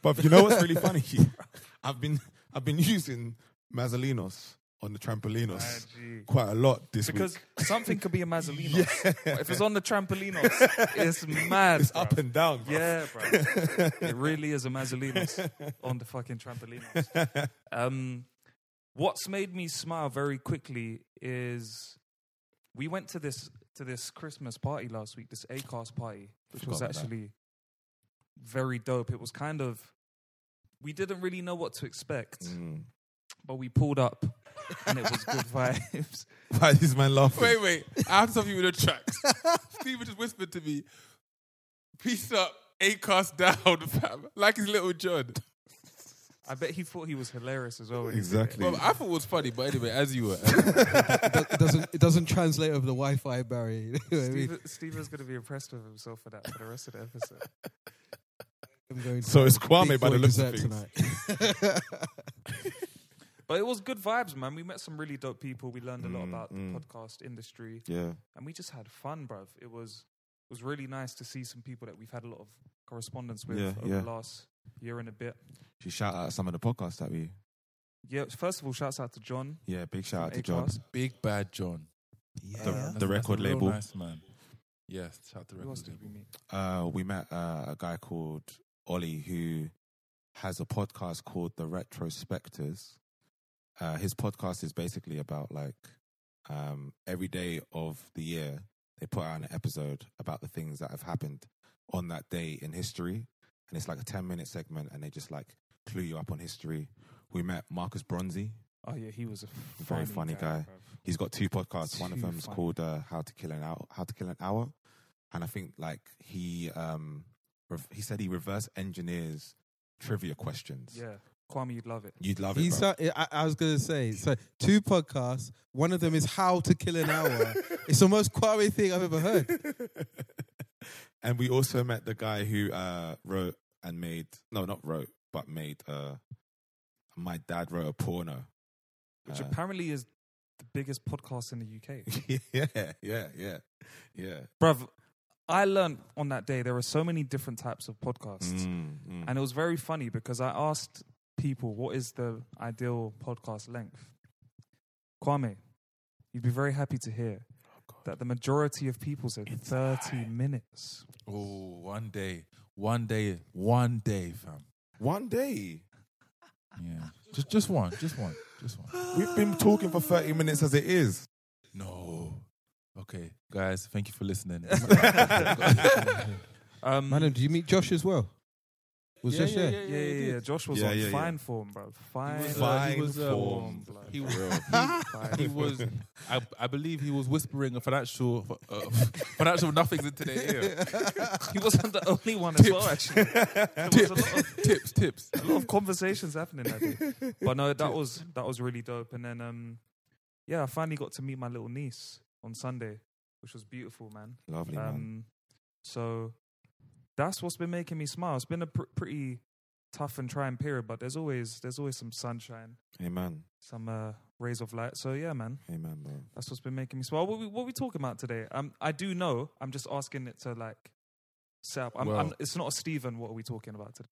Speaker 5: But you know what's really funny? (laughs) I've been I've been using Mazalinos on the trampolinos
Speaker 7: Ah, gee.
Speaker 5: quite a lot this
Speaker 7: Because
Speaker 5: week. (laughs)
Speaker 7: something could be a Mazalinos. But if it's on the trampolinos, it's mad.
Speaker 5: It's
Speaker 7: bruv.
Speaker 5: up and down. Bro.
Speaker 7: Yeah, bro.
Speaker 5: (laughs)
Speaker 7: it really is a Mazzolinos on the fucking trampolinos. Um, what's made me smile very quickly is we went to this to this Christmas party last week, this ACAS party, which was
Speaker 5: about that.
Speaker 7: actually very dope. It was kind of we didn't really know what to expect,
Speaker 5: Mm.
Speaker 7: but we pulled up and it was
Speaker 5: (laughs)
Speaker 7: good vibes.
Speaker 5: Why is this man laughing?
Speaker 4: Wait, wait. I have to stop you in the tracks. Steven just whispered to me, peace up, Acast down, fam. Like his little John.
Speaker 7: I bet he thought he was hilarious as well. when he did it.
Speaker 5: Exactly.
Speaker 4: Well, I thought it was funny, but anyway, as you were.
Speaker 5: (laughs)
Speaker 9: it, do- it doesn't, it doesn't translate over the Wi-Fi barrier. (laughs) You know what I mean?
Speaker 7: Steve, Steve is going to be impressed with himself for that for the rest of the episode.
Speaker 9: I'm going
Speaker 5: So
Speaker 9: to
Speaker 5: it's Kwame
Speaker 9: big
Speaker 5: by the
Speaker 9: boy
Speaker 5: looks of
Speaker 9: dessert
Speaker 5: things.
Speaker 9: tonight.
Speaker 5: (laughs)
Speaker 7: But it was good vibes, man. We met some really dope people. We learned a lot
Speaker 5: Mm,
Speaker 7: about
Speaker 5: mm.
Speaker 7: the podcast industry,
Speaker 5: Yeah.
Speaker 7: and we just had fun, bruv. It was it was really nice to see some people that we've had a lot of correspondence with
Speaker 5: Yeah,
Speaker 7: over
Speaker 5: yeah.
Speaker 7: the last year and a bit.
Speaker 5: She shout out some of the podcasts that we.
Speaker 7: Yeah, first of all, shouts out to John.
Speaker 5: Yeah, big shout out
Speaker 7: from
Speaker 5: to John.
Speaker 7: Acast.
Speaker 4: Big Bad John.
Speaker 9: yeah.
Speaker 4: That's-
Speaker 5: the
Speaker 4: that's a
Speaker 5: record
Speaker 4: real
Speaker 5: label.
Speaker 4: Nice man. Yes, shout out to the
Speaker 7: Who else
Speaker 4: record
Speaker 7: did we
Speaker 4: label.
Speaker 7: meet?
Speaker 5: Uh, we met uh, a guy called Ollie who has a podcast called The Retrospectors. Uh, his podcast is basically about like um, every day of the year they put out an episode about the things that have happened on that day in history, and it's like a ten minute segment, and they just like clue you up on history. We met Marcus Bronzy,
Speaker 7: Oh yeah, he was a
Speaker 5: very funny guy.
Speaker 7: bruv.
Speaker 5: He's got two podcasts. One of
Speaker 7: Too
Speaker 5: them is
Speaker 7: funny.
Speaker 5: called uh, "How to Kill an Hour." How to Kill an Hour, and I think like he um rev he said he reverse engineers trivia questions.
Speaker 7: Yeah, Kwame, you'd love it.
Speaker 5: You'd love
Speaker 9: He
Speaker 5: it. Bro.
Speaker 9: sa- I, I was gonna say so. Two podcasts. One of them is How to Kill an Hour. it's the most Kwame thing I've ever heard.
Speaker 5: (laughs) and we also met the guy who uh wrote and made no, not wrote but made uh my dad wrote a porno. (laughs)
Speaker 7: Which
Speaker 5: Uh,
Speaker 7: apparently is the biggest podcast in the UK.
Speaker 5: yeah, yeah, yeah, yeah.
Speaker 7: bruv, I learned on that day there are so many different types of podcasts.
Speaker 5: Mm,
Speaker 9: (laughs)
Speaker 5: mm.
Speaker 7: And it was very funny because I asked people what is the ideal podcast length. Kwame, you'd be very happy to hear
Speaker 4: Oh,
Speaker 7: that the majority of people said 30 minutes.
Speaker 4: Oh, one day. One day. One day, fam.
Speaker 5: One day
Speaker 4: Yeah. Just, just one. Just one. Just one.
Speaker 5: we've been talking for thirty minutes as it is.
Speaker 4: No. Okay, guys, thank you for
Speaker 5: (laughs)
Speaker 4: listening. (laughs)
Speaker 7: Um,
Speaker 9: Madam, did you meet Josh as well? Was Josh there?
Speaker 7: yeah, yeah, yeah, Josh was
Speaker 5: Yeah,
Speaker 7: on
Speaker 5: yeah, yeah.
Speaker 7: fine form, bro. Fine,
Speaker 4: was,
Speaker 5: uh,
Speaker 4: he was, um,
Speaker 5: form,
Speaker 7: blood.
Speaker 4: he was, (laughs)
Speaker 7: fine
Speaker 4: he was I, I believe he was whispering a financial uh, (laughs) financial nothings into their ear.
Speaker 7: He wasn't the only one as well,
Speaker 4: (laughs)
Speaker 7: actually. There was a lot of,
Speaker 4: tips, tips.
Speaker 7: a lot of conversations happening that day. But no, that was that was really dope. And then um yeah, I finally got to meet my little niece on Sunday, which was beautiful, man.
Speaker 5: Lovely man.
Speaker 7: Um so that's what's been making me smile. It's been a pr- pretty tough and trying period, but there's always there's always some sunshine,
Speaker 5: Amen.
Speaker 7: some uh, rays of light. So yeah, man.
Speaker 5: Amen, bro.
Speaker 7: That's what's been making me smile. What we what we talking about today? Um, I do know. I'm just asking it to like set up. I'm, I'm,
Speaker 4: Well-
Speaker 7: it's not a Stephen. What are we talking about today?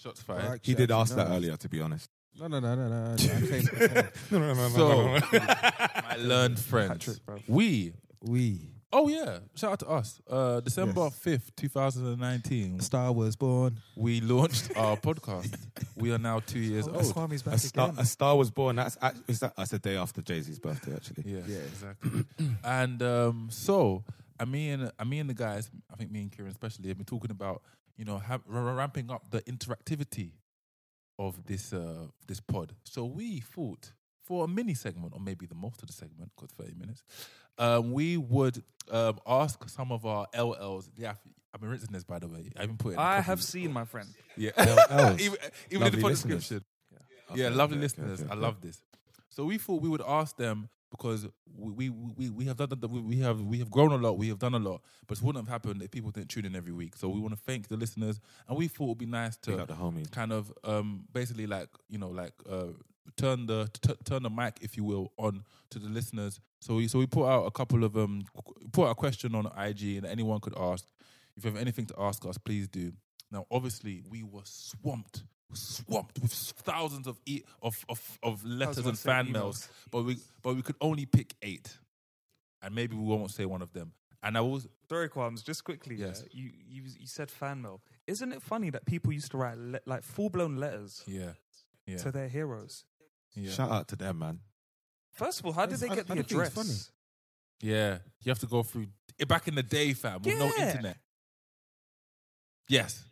Speaker 4: Shots fired.
Speaker 5: He did ask that
Speaker 9: no.
Speaker 5: earlier, to be honest.
Speaker 9: No, no, no, no, no. no.
Speaker 6: (laughs)
Speaker 9: I claim my time.
Speaker 5: No, no, no,
Speaker 4: So, (laughs) my learned friends.
Speaker 7: Patrick, bro.
Speaker 4: We,
Speaker 9: we
Speaker 4: oh yeah, shout out to us. Uh, December
Speaker 9: Yes.
Speaker 4: 5th, 2019,
Speaker 9: Star was born.
Speaker 4: we launched our podcast. We are now two years old.
Speaker 7: Kwame's back
Speaker 5: a, star,
Speaker 7: again.
Speaker 5: a star was born. That's act- is that? That's a day after Jay Z's birthday, actually.
Speaker 4: Yeah, exactly. (clears throat) and um, so, I mean, I mean, the guys, I think me and Kieran especially have been talking about, you know, ha- r- r- ramping up the interactivity of this uh, this pod. So we thought for a mini segment, or maybe the most of the segment, because 30 minutes, um, we would um, ask some of our LLs. Yeah, I've been rinsing this, by the way. I've been putting.
Speaker 7: I have seen, my friend.
Speaker 4: Yeah. (laughs)
Speaker 5: LLs.
Speaker 4: even even in the
Speaker 5: Lovely
Speaker 4: pod
Speaker 5: listeners.
Speaker 4: description. Yeah,
Speaker 5: Okay,
Speaker 4: lovely
Speaker 5: okay, okay,
Speaker 4: listeners.
Speaker 5: okay,
Speaker 4: I
Speaker 5: okay.
Speaker 4: love this. So we thought we would ask them because we we, we, we have done the- we we have we have grown a lot, we have done a lot, but it wouldn't have happened if people didn't tune in every week. So we want to thank the listeners, and we thought it would be nice to
Speaker 6: Big up the homies.
Speaker 4: kind of um, basically like you know like uh, turn the t- turn the mic, if you will, on to the listeners. So we so we put out a couple of um qu- put out a question on IG, and anyone could ask. If you have anything to ask us, please do. Now, obviously, we were swamped, swamped with s- thousands of e- of, of of letters
Speaker 7: about
Speaker 4: and
Speaker 7: to say
Speaker 4: fan
Speaker 7: emails.
Speaker 4: mails, but we but we could only pick eight, and maybe we won't say one of them. And I was
Speaker 7: Sorry, Qualms, just quickly. yeah,
Speaker 4: Yes.
Speaker 7: you, you you said fan mail. Isn't it funny that people used to write le- like full blown letters
Speaker 4: yeah, yeah,
Speaker 7: to their heroes?
Speaker 4: yeah.
Speaker 6: Shout out to them, man.
Speaker 7: First of all, how
Speaker 5: Yes,
Speaker 7: did they
Speaker 5: I-
Speaker 7: get
Speaker 5: I
Speaker 7: the
Speaker 5: don't think it's
Speaker 7: address?
Speaker 5: funny.
Speaker 4: Yeah, you have to go through eh, back in the day, fam, with no
Speaker 7: Yeah.
Speaker 4: internet. Yes,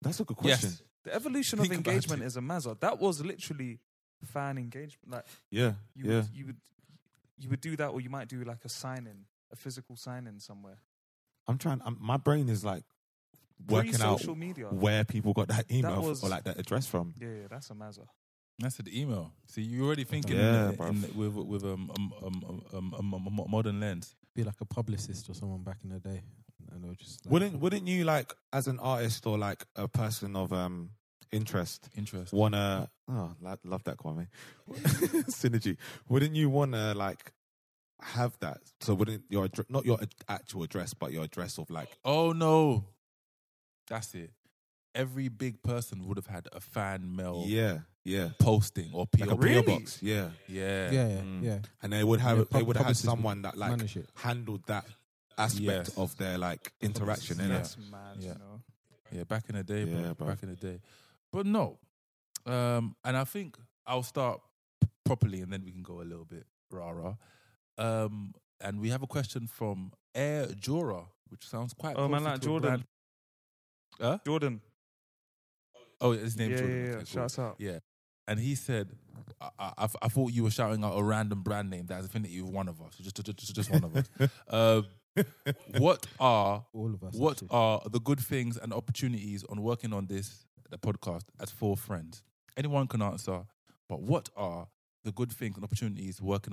Speaker 6: That's a good
Speaker 4: Yes.
Speaker 6: question.
Speaker 7: The evolution
Speaker 6: Think
Speaker 7: of
Speaker 6: about
Speaker 7: engagement
Speaker 6: it.
Speaker 7: is a mazza. That was literally fan engagement. Like
Speaker 6: Yeah,
Speaker 7: you
Speaker 6: yeah.
Speaker 7: would, you would you would do that, or you might do like a sign in, a physical sign in somewhere.
Speaker 6: I'm trying. I'm, my brain is like working out
Speaker 7: Pre-social media.
Speaker 6: where people got that email
Speaker 7: That
Speaker 6: f-
Speaker 7: was-
Speaker 6: or like that address from.
Speaker 7: Yeah, yeah, that's a mazza.
Speaker 4: that's the email. See, you're already thinking
Speaker 6: Yeah,
Speaker 4: in the,
Speaker 6: bruv.
Speaker 4: in the- with with um um um, um, um, um, um, modern lens.
Speaker 5: Be like a publicist or someone back in the day, and they were just like,
Speaker 6: Wouldn't Wouldn't you like as an artist or like a person of um interest
Speaker 4: Interest.
Speaker 6: wanna? Oh, lo- love that Kwame (laughs) synergy. Wouldn't you wanna like have that? So wouldn't your addre- not your ad- actual address, but your address of like
Speaker 4: Oh no, that's it. Every big person would have had a fan mail
Speaker 6: yeah yeah
Speaker 4: posting or PO
Speaker 6: like a
Speaker 4: Really?
Speaker 6: PO box yeah.
Speaker 4: Yeah,
Speaker 5: yeah, yeah,
Speaker 6: Mm.
Speaker 5: yeah.
Speaker 6: and they would have
Speaker 5: Yeah,
Speaker 6: they
Speaker 5: pub-
Speaker 6: would have had
Speaker 5: publicists would
Speaker 6: someone that like
Speaker 5: manage it.
Speaker 6: handled that aspect
Speaker 4: Yes.
Speaker 6: of their like interaction.
Speaker 4: Yeah.
Speaker 6: innit?
Speaker 7: That's mad.
Speaker 4: Yeah.
Speaker 7: You know,
Speaker 4: Yeah, back in the day, bro.
Speaker 6: Yeah, bruv.
Speaker 4: Back in the day, but no. Um, and I think I'll start p- properly, and then we can go a little bit rah rah. Um, and we have a question from Air Jora, which sounds quite.
Speaker 7: Oh, man,
Speaker 4: closely
Speaker 7: like
Speaker 4: to a brand- Huh?
Speaker 7: Jordan.
Speaker 4: Oh, his name
Speaker 7: yeah,
Speaker 4: Jordan.
Speaker 7: yeah, yeah.
Speaker 4: okay, cool.
Speaker 7: Shouts out.
Speaker 4: Yeah. And he said, I, I, I- I thought you were shouting out a random brand name that has affinity with one of us, just, just, just, just one of us.
Speaker 5: (laughs)
Speaker 6: (laughs)
Speaker 4: Uh, what are
Speaker 5: All of us.
Speaker 4: what
Speaker 5: actually.
Speaker 4: are the good things and opportunities on working on this the podcast as four friends? Anyone can answer, but what are the good things and opportunities working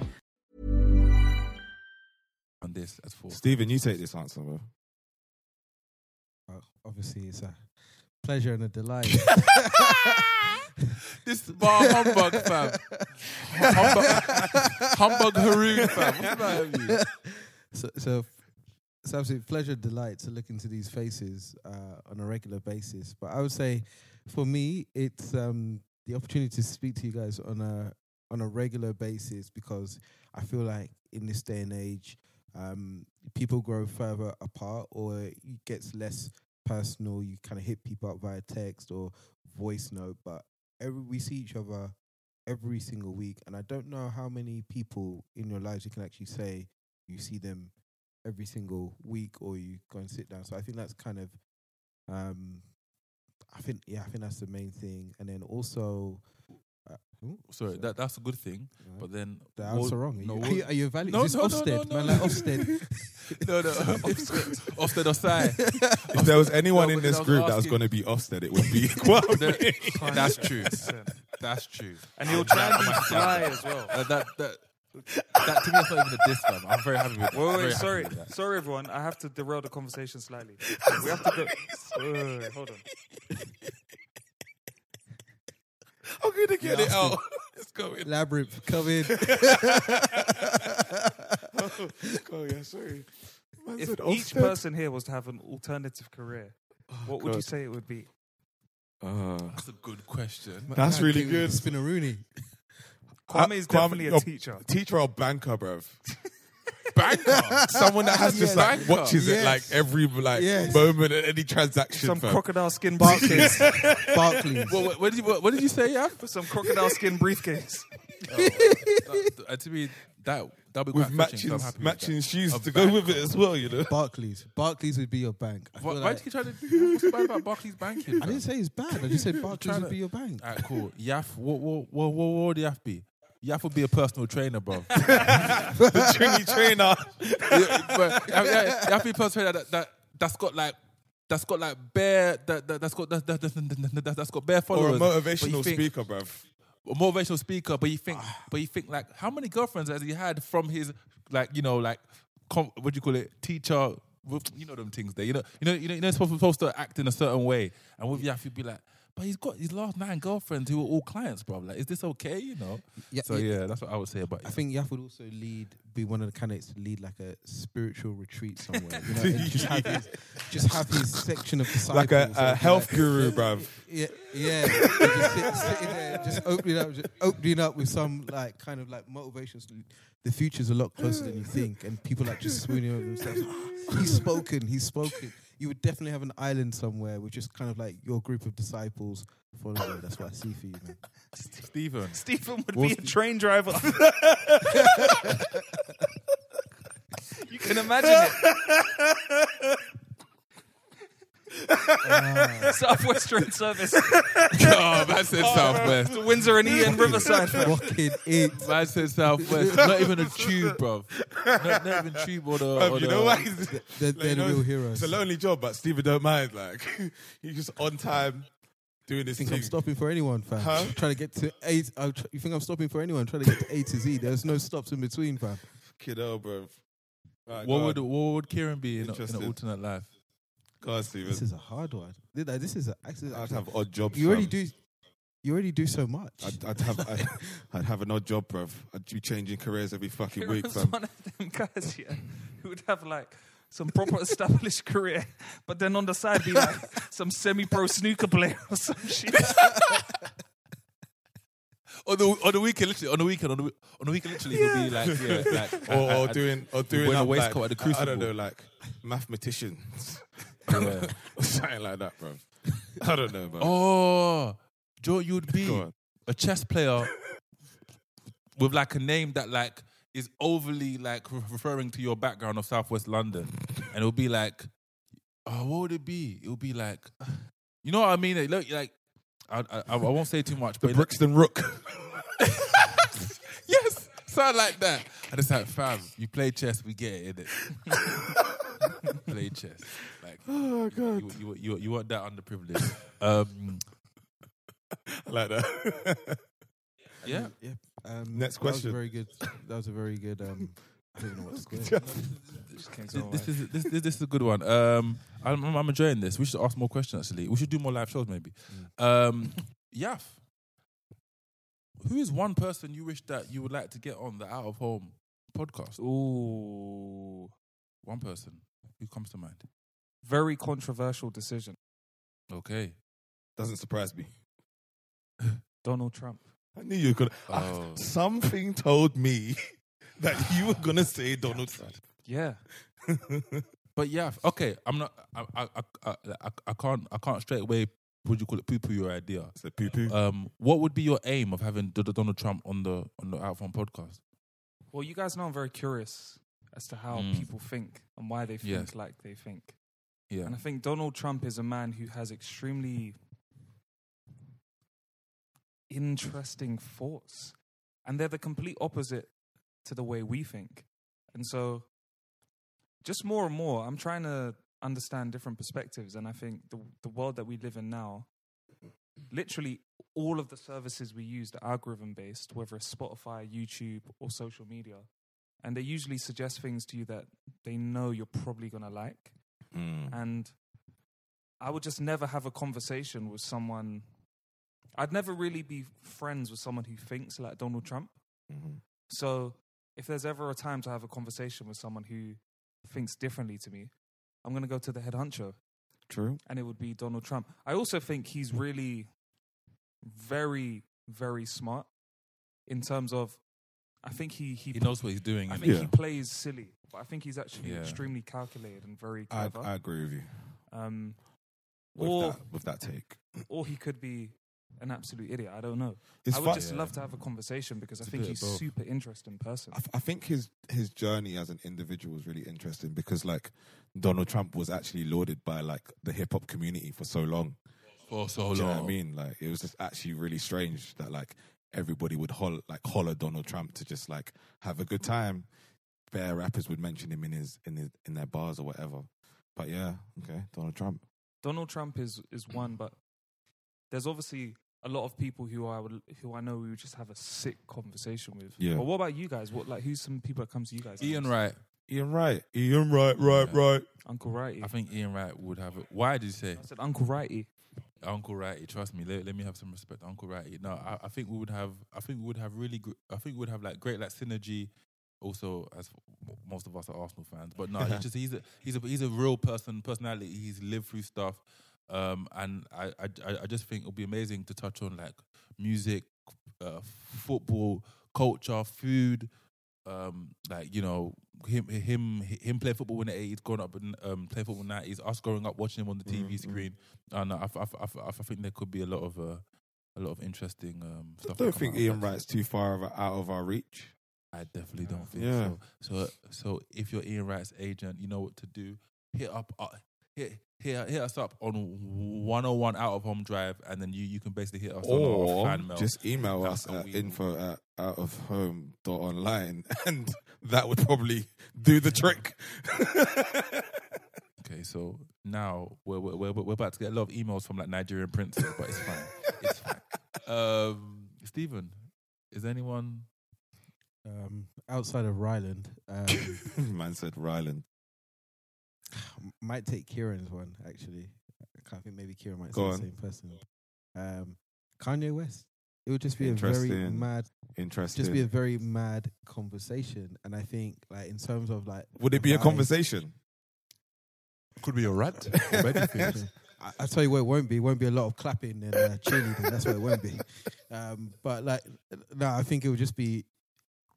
Speaker 4: on this as four?
Speaker 6: Stephen, you take this answer, bro.
Speaker 5: Uh, obviously, it's a pleasure and a delight.
Speaker 6: (laughs)
Speaker 4: This is bar humbug, fam. humbug, (laughs) humbug Haroon, fam. What's the matter with you?
Speaker 5: so, so it's absolute pleasure, delight to look into these faces uh, on a regular basis. But I would say, for me, it's um, the opportunity to speak to you guys on a on a regular basis because I feel like in this day and age, um, people grow further apart or it gets less personal. You kind of hit people up via text or voice note, but every, we see each other every single week, and I don't know how many people in your lives you can actually say you see them every single week or you go and sit down. So I think that's kind of um I think yeah, I think that's the main thing. And then also uh, ooh,
Speaker 4: Sorry, that, that's a good thing,
Speaker 5: Alright.
Speaker 4: but then
Speaker 5: the
Speaker 4: what-
Speaker 5: answer wrong. Are,
Speaker 4: no,
Speaker 5: you,
Speaker 4: what-
Speaker 5: are you
Speaker 4: (laughs)
Speaker 5: are you evaluating
Speaker 4: No,
Speaker 5: is this
Speaker 4: no, no,
Speaker 5: Ofsted?
Speaker 4: no,
Speaker 5: Man,
Speaker 4: no.
Speaker 5: like
Speaker 4: (laughs)
Speaker 5: Ofsted.
Speaker 4: no, no, Ofsted, Ofsted or Sai.
Speaker 6: If there was anyone
Speaker 4: No,
Speaker 6: in
Speaker 4: but then
Speaker 6: this
Speaker 4: I was
Speaker 6: group that was
Speaker 4: (laughs) asking-
Speaker 6: going to be Ofsted, it would be Kwame.
Speaker 4: That's true.
Speaker 7: Percent.
Speaker 4: That's true.
Speaker 7: And he'll
Speaker 4: That
Speaker 7: try and be
Speaker 4: might-
Speaker 7: fly as well.
Speaker 4: Uh, that, that, that to me is not even a diss, man. I'm very happy with that.
Speaker 7: Wait, wait,
Speaker 4: Very happy
Speaker 7: sorry,
Speaker 4: with that.
Speaker 7: sorry, everyone. I have to derail the conversation slightly. we have to go. Wait, wait, wait, hold on.
Speaker 10: I'm gonna get it
Speaker 4: oh, (laughs)
Speaker 10: out. Let's go in.
Speaker 5: Labyrinth, come in.
Speaker 10: oh yeah, sorry. Man
Speaker 7: If
Speaker 10: said
Speaker 7: each
Speaker 10: Ofsted.
Speaker 7: person here was to have an alternative career, what would you
Speaker 10: God.
Speaker 7: say it would be?
Speaker 4: That's a good question.
Speaker 6: That's really good.
Speaker 5: Spinneroonie.
Speaker 7: Kwame is
Speaker 6: Uh, Kwame,
Speaker 7: definitely a
Speaker 6: you're-
Speaker 7: teacher.
Speaker 6: Teacher or banker, bruv.
Speaker 4: (laughs) Banker.
Speaker 6: Someone that has just
Speaker 4: Yeah,
Speaker 6: like
Speaker 4: banker.
Speaker 6: watches it like
Speaker 5: Yes.
Speaker 6: every like
Speaker 5: Yes.
Speaker 6: moment and any transaction.
Speaker 7: Some
Speaker 6: fam.
Speaker 7: crocodile
Speaker 4: (laughs)
Speaker 5: (laughs)
Speaker 7: skin
Speaker 5: Barclays.
Speaker 7: briefcase.
Speaker 5: Barclays.
Speaker 4: Well, what, what did you what, what did you
Speaker 6: (laughs)
Speaker 4: say? Yeah.
Speaker 7: (laughs)
Speaker 4: Oh,
Speaker 7: Some crocodile skin briefcase.
Speaker 4: That- uh, to me, that that would be
Speaker 6: with
Speaker 4: quite fetching, so
Speaker 6: matching
Speaker 4: I'm happy with
Speaker 6: matching
Speaker 4: that.
Speaker 6: shoes
Speaker 4: A
Speaker 6: to go with
Speaker 4: banker.
Speaker 6: it as well. You know.
Speaker 5: Barclays. Barclays would be your bank. I,
Speaker 4: Why,
Speaker 5: feel
Speaker 4: why
Speaker 5: like-
Speaker 4: did you try to? What's bad about Barclays
Speaker 6: (laughs)
Speaker 4: banking?
Speaker 5: I didn't say it's bad. I just said Barclays
Speaker 4: trying
Speaker 5: would
Speaker 4: to-
Speaker 5: be your bank.
Speaker 4: All right, cool. Yaf, what what what what, what would Yaf be? Yaf would be a personal trainer,
Speaker 5: (laughs)
Speaker 4: bro.
Speaker 6: the Trini trainer.
Speaker 4: yeah, but yeah, yeah, yeah, I think Pulse Trainer that, that that's got like that's got like bare that, that that's got that, that, that, that, that, that's got bare
Speaker 6: Or a
Speaker 4: followers But you
Speaker 6: motivational
Speaker 4: think-
Speaker 6: speaker, bruv.
Speaker 4: a motivational speaker, but you think
Speaker 5: Ah.
Speaker 4: but you think like how many girlfriends has he had from his like you know like com, what do you call it teacher with- you know them things there you know you know you know you're not supposed, supposed to act in a certain way and with Yaf you'd be like. But he's got his last nine girlfriends who were all clients, bro. Like, is this okay? You know.
Speaker 5: Yeah,
Speaker 4: so
Speaker 5: yeah.
Speaker 4: yeah, that's what I would say about.
Speaker 5: I
Speaker 4: Yaf.
Speaker 5: think Yaf would also lead, be one of the candidates to lead like a spiritual retreat somewhere. You know, and just have his, just have his section of disciples,
Speaker 6: Like a,
Speaker 5: and
Speaker 6: a
Speaker 5: be
Speaker 6: health
Speaker 5: like- (laughs)
Speaker 6: guru, bruv.
Speaker 5: Yeah, yeah. just sit, sitting there, just opening up, just opening up with some like kind of like motivations. The future's a lot closer than you think, and people like just swooning over themselves. he's spoken. He's spoken. You would definitely have an island somewhere with just kind of like your group of disciples following. you. That's what I see for you, man.
Speaker 4: Stephen.
Speaker 7: Stephen would be a train driver. you can imagine it. (laughs) Southwest Train Service
Speaker 4: oh, man said Southwest.
Speaker 7: to Windsor and Ian Riverside. fam.
Speaker 5: Fucking it.
Speaker 4: Man said Southwest. Not even a tube, bruv. Not, not even tube or the.
Speaker 6: Bruv,
Speaker 4: or
Speaker 6: you
Speaker 4: the-
Speaker 6: know why?
Speaker 5: They're,
Speaker 6: Like,
Speaker 5: they're
Speaker 6: you
Speaker 5: the
Speaker 6: know,
Speaker 5: real heroes.
Speaker 6: It's a lonely job, but Stephen don't mind. Like he's just on time doing this
Speaker 5: think
Speaker 6: thing.
Speaker 5: I'm stopping for anyone, fam.
Speaker 6: Huh?
Speaker 5: Trying to get to A. To, I'm tr- you think I'm stopping for anyone? Trying to get to A to Z. There's no stops in between, fam.
Speaker 6: Kiddo, bruv. Right,
Speaker 4: What
Speaker 6: go
Speaker 4: would
Speaker 6: on.
Speaker 4: what would Kieran be in, a, in an
Speaker 6: Interesting.
Speaker 4: alternate life?
Speaker 6: go on,
Speaker 5: This
Speaker 6: Stephen?
Speaker 5: is a hard one. Did I- This is a, actually,
Speaker 6: I'd have odd jobs.
Speaker 5: you already
Speaker 6: fam.
Speaker 5: do. You already do so much.
Speaker 6: I'd, I'd have I'd, I'd have an odd job, bruv. I'd be changing careers every fucking
Speaker 7: He
Speaker 6: week,
Speaker 7: was
Speaker 6: fam.
Speaker 7: one of them guys yeah, who would have like some proper established career, but then on the side be like some semi-pro snooker player or some shit. (laughs)
Speaker 4: On the on the weekend, literally on the weekend, on the, on the weekend, literally he'll be like, yeah,
Speaker 6: (laughs)
Speaker 4: like
Speaker 6: Or, or
Speaker 5: (laughs)
Speaker 6: doing or doing
Speaker 4: wearing a
Speaker 6: up,
Speaker 4: waistcoat
Speaker 6: like,
Speaker 4: at the
Speaker 6: I- I don't
Speaker 4: Crucible.
Speaker 6: know, like mathematicians
Speaker 5: (laughs)
Speaker 4: Yeah.
Speaker 6: or (laughs) something like that, bruv. I don't know, bruv.
Speaker 4: oh, Joe, you'd
Speaker 6: Go
Speaker 4: be
Speaker 6: on.
Speaker 4: a chess player with like a name that like is overly like re- referring to your background of Southwest London, and it'll be like, oh, what would it be? It'll be like, (sighs) you know what I mean? It look like. I, I, I won't say too much,
Speaker 6: The
Speaker 4: but it-
Speaker 6: Brixton (laughs) Rook.
Speaker 4: yes, sound like that. And it's like, fam, you play chess, we get it, innit? (laughs) play chess. Like, oh, God. You, you, you, you want that underprivileged. Um,
Speaker 6: like that.
Speaker 5: (laughs)
Speaker 4: yeah.
Speaker 5: yeah. Um,
Speaker 6: Next question.
Speaker 5: That was very good. That was a very good. Um, I don't even know what
Speaker 6: (laughs)
Speaker 5: to call it.
Speaker 4: Th- This is, this, this, this is a good one. Um, I'm, I'm enjoying this. We should ask more questions, actually. We should do more live shows, maybe. Um, Yaf, who is one person you wish that you would like to get on the Out of Home podcast?
Speaker 7: Ooh,
Speaker 4: One person. Who comes to mind?
Speaker 7: very controversial decision.
Speaker 4: Okay.
Speaker 6: Doesn't surprise me.
Speaker 7: Donald Trump.
Speaker 6: I knew you were gonna. I-
Speaker 4: Oh.
Speaker 6: (laughs) something told me (laughs) that you were gonna say Donald Trump.
Speaker 7: Yeah,
Speaker 4: But yeah, okay. I'm not. I I I, I, I can't. I can't straight away. Would you call it poo poo your idea?
Speaker 6: It's a poo poo.
Speaker 4: Um, what would be your aim of having D- D- Donald Trump on the on the Out Front podcast?
Speaker 7: Well, you guys know I'm very curious as to how
Speaker 4: Mm.
Speaker 7: people think and why they think
Speaker 4: Yes.
Speaker 7: like they think.
Speaker 4: Yeah,
Speaker 7: And I think Donald Trump is a man who has extremely interesting thoughts. And they're the complete opposite to the way we think. And so, just more and more, I'm trying to understand different perspectives. And I think the, the world that we live in now literally all of the services we used are algorithm based, whether it's Spotify, YouTube, or social media. And they usually suggest things to you that they know you're probably going to like. And I would just never have a conversation with someone. I'd never really be friends with someone who thinks like Donald Trump.
Speaker 6: Mm-hmm.
Speaker 7: So if there's ever a time to have a conversation with someone who thinks differently to me, I'm going to go to the head honcho
Speaker 6: True. Mm-hmm.
Speaker 7: and it would be Donald Trump. I also think he's really very, very smart in terms of. I think he he,
Speaker 4: He knows what he's doing,
Speaker 7: I
Speaker 4: innit?
Speaker 7: think he
Speaker 4: Yeah.
Speaker 7: plays silly, but I think he's actually
Speaker 4: Yeah.
Speaker 7: extremely calculated and very
Speaker 6: I,
Speaker 7: clever.
Speaker 6: I agree with you
Speaker 7: um,
Speaker 6: with,
Speaker 7: or
Speaker 6: that, with that take.
Speaker 7: or he could be an absolute idiot. I don't know.
Speaker 6: It's
Speaker 7: I would
Speaker 6: fu-
Speaker 7: just
Speaker 6: Yeah.
Speaker 7: love to have a conversation because I
Speaker 6: It's a
Speaker 7: think
Speaker 6: bit of
Speaker 7: he's
Speaker 6: both.
Speaker 7: super interesting person.
Speaker 6: I, th- I think his his journey as an individual is really interesting because like Donald Trump was actually lauded by like the hip hop community for so long.
Speaker 4: For so
Speaker 6: Do you know what I
Speaker 4: long.
Speaker 6: mean? Like it was just actually really strange that like everybody would holler like holler Donald Trump to just like have a good time. Fair rappers would mention him in his in his in their bars or whatever. But yeah, okay, Donald Trump.
Speaker 7: Donald Trump is is one, but there's obviously a lot of people who I would who I know we would just have a sick conversation with.
Speaker 6: Yeah.
Speaker 7: But what about you guys? What like who's some people that come to you guys?
Speaker 4: Ian Wright.
Speaker 6: Ian Wright. Ian Wright, right, right.
Speaker 7: Uncle Righty.
Speaker 4: I think Ian Wright would have it. Why did you say? I
Speaker 7: said Uncle Righty.
Speaker 4: Uncle Righty, trust me. Let, let me have some respect, Uncle Righty. No, I, I think we would have. I think we would have really. Gr- I think we would have like great like synergy. Also, as m- most of us are Arsenal fans, but no, he's just he's a he's a he's a real person, personality. He's lived through stuff, um, and I I I- I just think it'll be amazing to touch on like music, uh, football, culture, food, um, like you know him him him play football in the eighties, growing up and um, play football in the nineties. Us growing up watching him on the TV screen. I know. I, f- I, f- I, f- I f- I think there could be a lot of uh, a lot of interesting um,
Speaker 6: I
Speaker 4: stuff. that
Speaker 6: don't
Speaker 4: come
Speaker 6: think
Speaker 4: out of
Speaker 6: Ian
Speaker 4: that.
Speaker 6: Wright's too far of a- out of our reach.
Speaker 4: I definitely don't think
Speaker 6: Yeah.
Speaker 4: so. So so if you're Ian Wright's agent, you know what to do. Hit up. Uh, Hit, hit, hit us up on 101 out of home drive, and then you, you can basically hit us on our
Speaker 6: or
Speaker 4: fan mail.
Speaker 6: just email us at info at out of home dot online (laughs) and that would probably do the trick
Speaker 4: Okay, so now we're, we're, we're, we're about to get a lot of emails from like Nigerian princes, but it's fine. It's fine.
Speaker 6: (laughs)
Speaker 4: Um, Stephen, is anyone
Speaker 5: (laughs) Um, outside of Ryland, um,
Speaker 6: (laughs) man said ryland
Speaker 5: (sighs) might take Kieran's one actually. I can't think maybe Kieran might
Speaker 6: Go
Speaker 5: say
Speaker 6: on.
Speaker 5: the same person. Um, Kanye West. It would just be a very
Speaker 6: Interesting.
Speaker 5: mad,
Speaker 6: Interesting.
Speaker 5: Just be a very mad conversation, and I think like in terms of like,
Speaker 6: would it be a
Speaker 5: vibe-
Speaker 6: conversation
Speaker 4: could be a (laughs) rant
Speaker 5: I, I tell you what, it won't be. It won't be a lot of clapping and uh, cheerleading. That's what it won't be. Um, but like, no, I think it would just be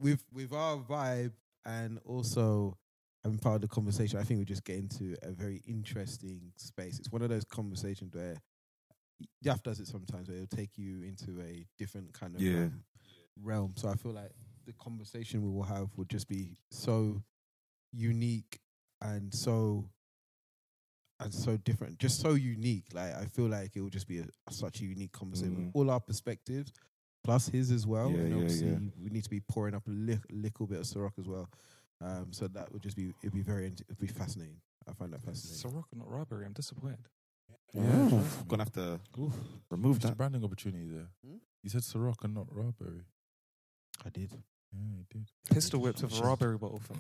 Speaker 5: with with our vibe and also having part of the conversation. I think we just get into a very interesting space. It's one of those conversations where Yaf does it sometimes, where it'll take you into a different kind of
Speaker 6: Yeah.
Speaker 5: um, realm. So I feel like the conversation we will have would just be so unique and so and so different, just so unique. Like I feel like it would just be a, such a unique conversation with
Speaker 6: Mm.
Speaker 5: all our perspectives, plus his as well.
Speaker 6: Yeah,
Speaker 5: and
Speaker 6: yeah,
Speaker 5: obviously,
Speaker 6: yeah.
Speaker 5: we need to be pouring up a li- little bit of Ciroc as well. Um, so that would just be it'd be very int- it'd be fascinating. I find that fascinating.
Speaker 7: Soroka, not robbery. I'm disappointed.
Speaker 6: gonna have to
Speaker 5: Oof.
Speaker 6: remove
Speaker 4: It's a
Speaker 6: that Hmm?
Speaker 4: branding opportunity there. You said Soroka, not Robbery.
Speaker 5: I did.
Speaker 4: Yeah, you
Speaker 6: (laughs)
Speaker 4: did. (laughs)
Speaker 7: Pistol whipped with a robbery bottle. From.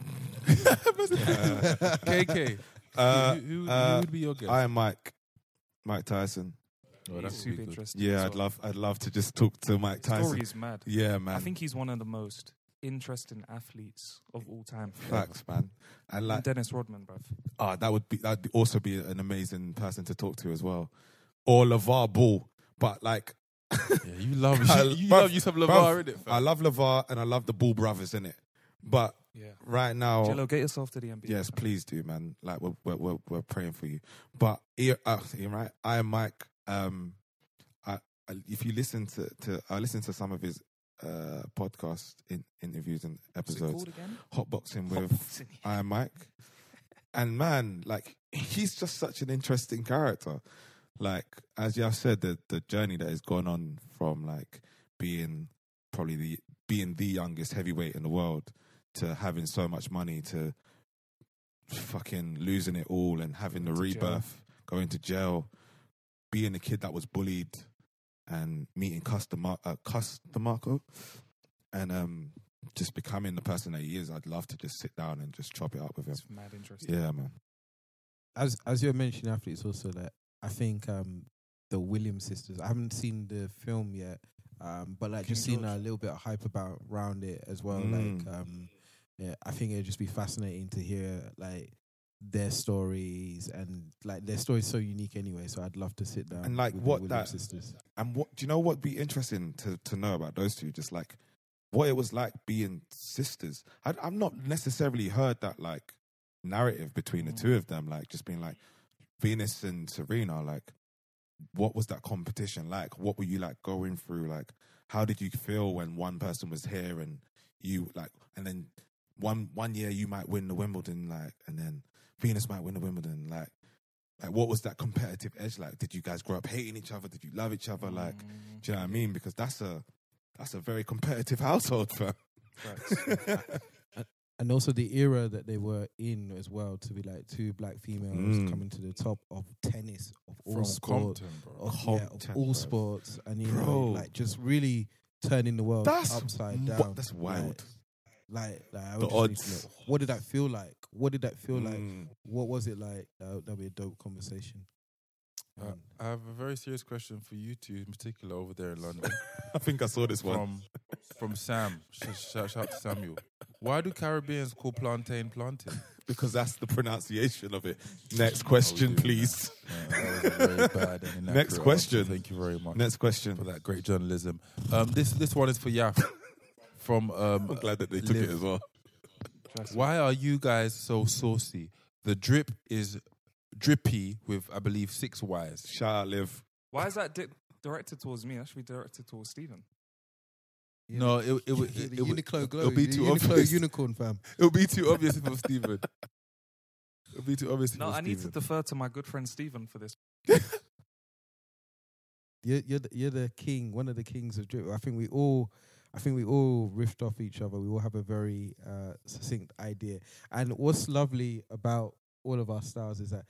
Speaker 4: KK,
Speaker 6: uh,
Speaker 4: who, who, who
Speaker 6: uh,
Speaker 4: would be your guest?
Speaker 6: i am mike mike tyson
Speaker 4: Oh,
Speaker 7: He's
Speaker 4: that's really
Speaker 7: super
Speaker 4: good.
Speaker 7: interesting.
Speaker 6: yeah
Speaker 7: as
Speaker 6: i'd
Speaker 7: well.
Speaker 6: love i'd love to just talk to mike
Speaker 7: His
Speaker 6: tyson
Speaker 7: Story is mad.
Speaker 6: yeah man
Speaker 7: I think he's one of the most interesting athletes of all time.
Speaker 6: facts man i
Speaker 7: And
Speaker 6: like
Speaker 7: Dennis Rodman, bruv.
Speaker 6: Ah, that would be that'd also be an amazing person to talk to as well. Or LeVar Ball, but like
Speaker 4: Yeah, (laughs) you love
Speaker 6: I-
Speaker 4: you, (laughs) you
Speaker 6: bruv,
Speaker 4: love you some
Speaker 6: bruv,
Speaker 4: Lavar, innit?
Speaker 6: I
Speaker 4: fam?
Speaker 6: love LeVar and I love the Ball brothers in it. But
Speaker 7: Yeah.
Speaker 6: right now,
Speaker 7: Jello, get yourself to the NBA.
Speaker 6: oh, yes, please do, man. Like we're we're we're, we're praying for you. But here, uh, you're right, I am Mike. Um, I, I if you listen to to I listen to some of his uh podcast in interviews and
Speaker 7: What's it
Speaker 6: episodes
Speaker 7: called again?
Speaker 6: hotboxing
Speaker 7: (laughs)
Speaker 6: with
Speaker 7: Hotboxing,
Speaker 6: (laughs) I am Mike. And man, like he's just such an interesting character. Like as you have said, the the journey that has gone on from like being probably the being the youngest heavyweight in the world to having so much money to fucking losing it all and having the
Speaker 7: Going to jail.
Speaker 6: rebirth, going to jail, being the kid that was bullied, and meeting customer uh, Customarco and um, just becoming the person that he is. I'd love to just sit down and just chop it up with him.
Speaker 7: It's mad interesting.
Speaker 6: Yeah, man.
Speaker 5: as as you're mentioning athletes also like I think um the Williams sisters I haven't seen the film yet um but like just
Speaker 7: King
Speaker 5: seeing
Speaker 7: George.
Speaker 5: a little bit of hype about around it as well
Speaker 6: Mm.
Speaker 5: like um yeah I think it'd just be fascinating to hear like their stories and like their story's so unique anyway so I'd love to sit down
Speaker 6: And, like,
Speaker 5: with
Speaker 6: what
Speaker 5: the Williams
Speaker 6: that-
Speaker 5: sisters
Speaker 6: And what do you know? What'd be interesting to to know about those two? Just like what it was like being sisters. I, I've not necessarily heard that like narrative between the
Speaker 5: Mm.
Speaker 6: two of them. Like just being like Venus and Serena. Like what was that competition like? What were you like going through? Like how did you feel when one person was here and you like and then one one year you might win the Wimbledon like and then Venus might win the Wimbledon like like what was that competitive edge like? Did you guys grow up hating each other? Did you love each
Speaker 7: Mm.
Speaker 6: other? Like, do you know what I mean? Because that's a that's a very competitive (laughs) household, fam. (laughs)
Speaker 5: and also the era that they were in as well to be like two black females
Speaker 6: Mm.
Speaker 5: coming to the top of tennis of all
Speaker 4: From
Speaker 5: sports
Speaker 4: Compton, bro.
Speaker 5: of, yeah, of
Speaker 6: Content,
Speaker 5: all
Speaker 6: bro.
Speaker 5: sports and you know
Speaker 6: Bro.
Speaker 5: like just really turning the world
Speaker 6: That's
Speaker 5: upside
Speaker 6: wa-
Speaker 5: down
Speaker 6: that's
Speaker 5: Like-
Speaker 6: wild.
Speaker 5: like, like, I
Speaker 6: The
Speaker 5: would just need
Speaker 6: odds.
Speaker 5: to know, what did that feel like what did that feel like
Speaker 6: Mm.
Speaker 5: what was it like that would that'd be a dope conversation
Speaker 4: Uh,
Speaker 5: Um,
Speaker 4: I have a very serious question for you two, in particular, over there in
Speaker 6: (laughs)
Speaker 4: London.
Speaker 6: (laughs) I think I saw this one.
Speaker 4: from from Sam. Shout, shout out to Samuel. Why do Caribbeans call plantain plantain?
Speaker 6: (laughs) Because that's the pronunciation
Speaker 5: (laughs)
Speaker 6: of it.
Speaker 5: Oh,
Speaker 6: Next question,
Speaker 4: doing that.
Speaker 6: please.
Speaker 4: that was a very bad and inaccurate
Speaker 6: Next question.
Speaker 4: answer. Thank you very much
Speaker 6: Next question.
Speaker 4: for that great journalism. Um, this this one is for
Speaker 6: (laughs)
Speaker 4: Yaf from. Um,
Speaker 6: I'm glad that they took
Speaker 4: Liv.
Speaker 6: it as well.
Speaker 4: Why are you guys so saucy? The drip is drippy with I believe six Y's.
Speaker 6: Shout out, Liv.
Speaker 7: Why is that di- directed towards me? That should be directed towards Stephen.
Speaker 4: No, it it would
Speaker 5: Yeah,
Speaker 4: it,
Speaker 5: the
Speaker 4: it would
Speaker 5: Uniqlo glow
Speaker 4: it'll be
Speaker 5: the
Speaker 4: too
Speaker 5: Uniqlo
Speaker 4: obvious.
Speaker 5: unicorn fam
Speaker 4: (laughs) It'll be too obvious if it
Speaker 6: (laughs)
Speaker 4: was Stephen. It'll be too obvious. If
Speaker 7: No,
Speaker 4: it was
Speaker 7: I need to
Speaker 4: Stephen.
Speaker 7: defer to my good friend Stephen
Speaker 6: (laughs)
Speaker 7: for this.
Speaker 5: you're you're the, you're the king, one of the kings of drip. I think we all, I think we all riffed off each other. We all have a very uh, succinct idea. And what's lovely about all of our styles is that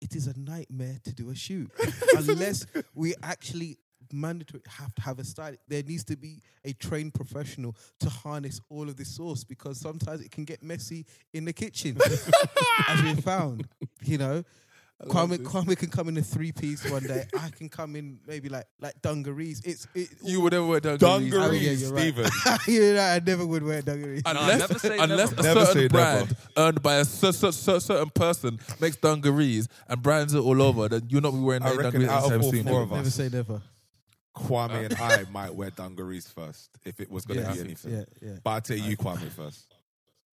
Speaker 5: it is a nightmare to do a shoot
Speaker 4: (laughs)
Speaker 5: unless we actually mandatory have to have a style. There needs to be a trained professional to harness all of this sauce because sometimes it can get messy in
Speaker 6: (laughs)
Speaker 5: the kitchen, as we found. You know, Kwame, Kwame can come in a three piece one day. I can come in maybe like like dungarees. It's it.
Speaker 4: You would never wear dungarees.
Speaker 5: Oh,
Speaker 6: Dungarees,
Speaker 5: yeah, you're right.
Speaker 7: (laughs)
Speaker 6: Stephen.
Speaker 5: (laughs) you know, I never would wear dungarees.
Speaker 7: No,
Speaker 4: Unless,
Speaker 7: never say
Speaker 4: unless
Speaker 7: never.
Speaker 4: a
Speaker 6: Never
Speaker 4: certain
Speaker 6: say never.
Speaker 4: brand owned by a cer- cer- cer- certain person makes dungarees and brands it all over, then you'll not be wearing
Speaker 6: I
Speaker 4: any
Speaker 6: reckon
Speaker 4: dungarees
Speaker 6: out of
Speaker 4: anytime
Speaker 6: all
Speaker 4: soon.
Speaker 6: four of
Speaker 5: never
Speaker 6: us,
Speaker 5: say never. Uh,
Speaker 6: Kwame and I might wear dungarees first if it was going to
Speaker 5: Yeah,
Speaker 6: be anything.
Speaker 5: yeah, yeah.
Speaker 6: But I'll tell you, Kwame, first.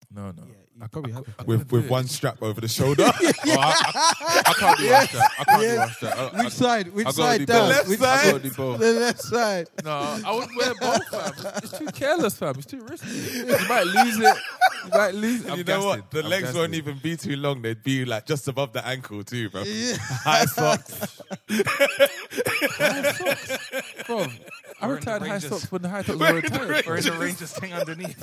Speaker 4: No, no.
Speaker 5: Yeah, you probably have.
Speaker 6: With, with one strap over the shoulder.
Speaker 4: Oh, I, I, I can't do that. I can't do that. I, I,
Speaker 5: Which side? Which
Speaker 4: I gotta
Speaker 5: side
Speaker 4: do
Speaker 5: down?
Speaker 4: both.
Speaker 5: Which
Speaker 4: I gotta
Speaker 5: side?
Speaker 4: do both.
Speaker 5: The
Speaker 6: (laughs)
Speaker 5: left side.
Speaker 4: No, I would wear both, fam. It's too careless, fam. It's too risky. You might lose it. You might lose.
Speaker 6: And
Speaker 4: I'm
Speaker 6: you know what?
Speaker 4: gasted.
Speaker 6: The
Speaker 4: I'm
Speaker 6: legs
Speaker 4: gasted.
Speaker 6: won't even be too long. They'd be like just above the ankle too, bro. (laughs) High socks.
Speaker 4: Bro, I
Speaker 7: We're in the
Speaker 4: retired high
Speaker 7: Rangers.
Speaker 4: socks when the high tops were retired.
Speaker 7: Or in the Rangers
Speaker 6: (laughs)
Speaker 7: thing underneath.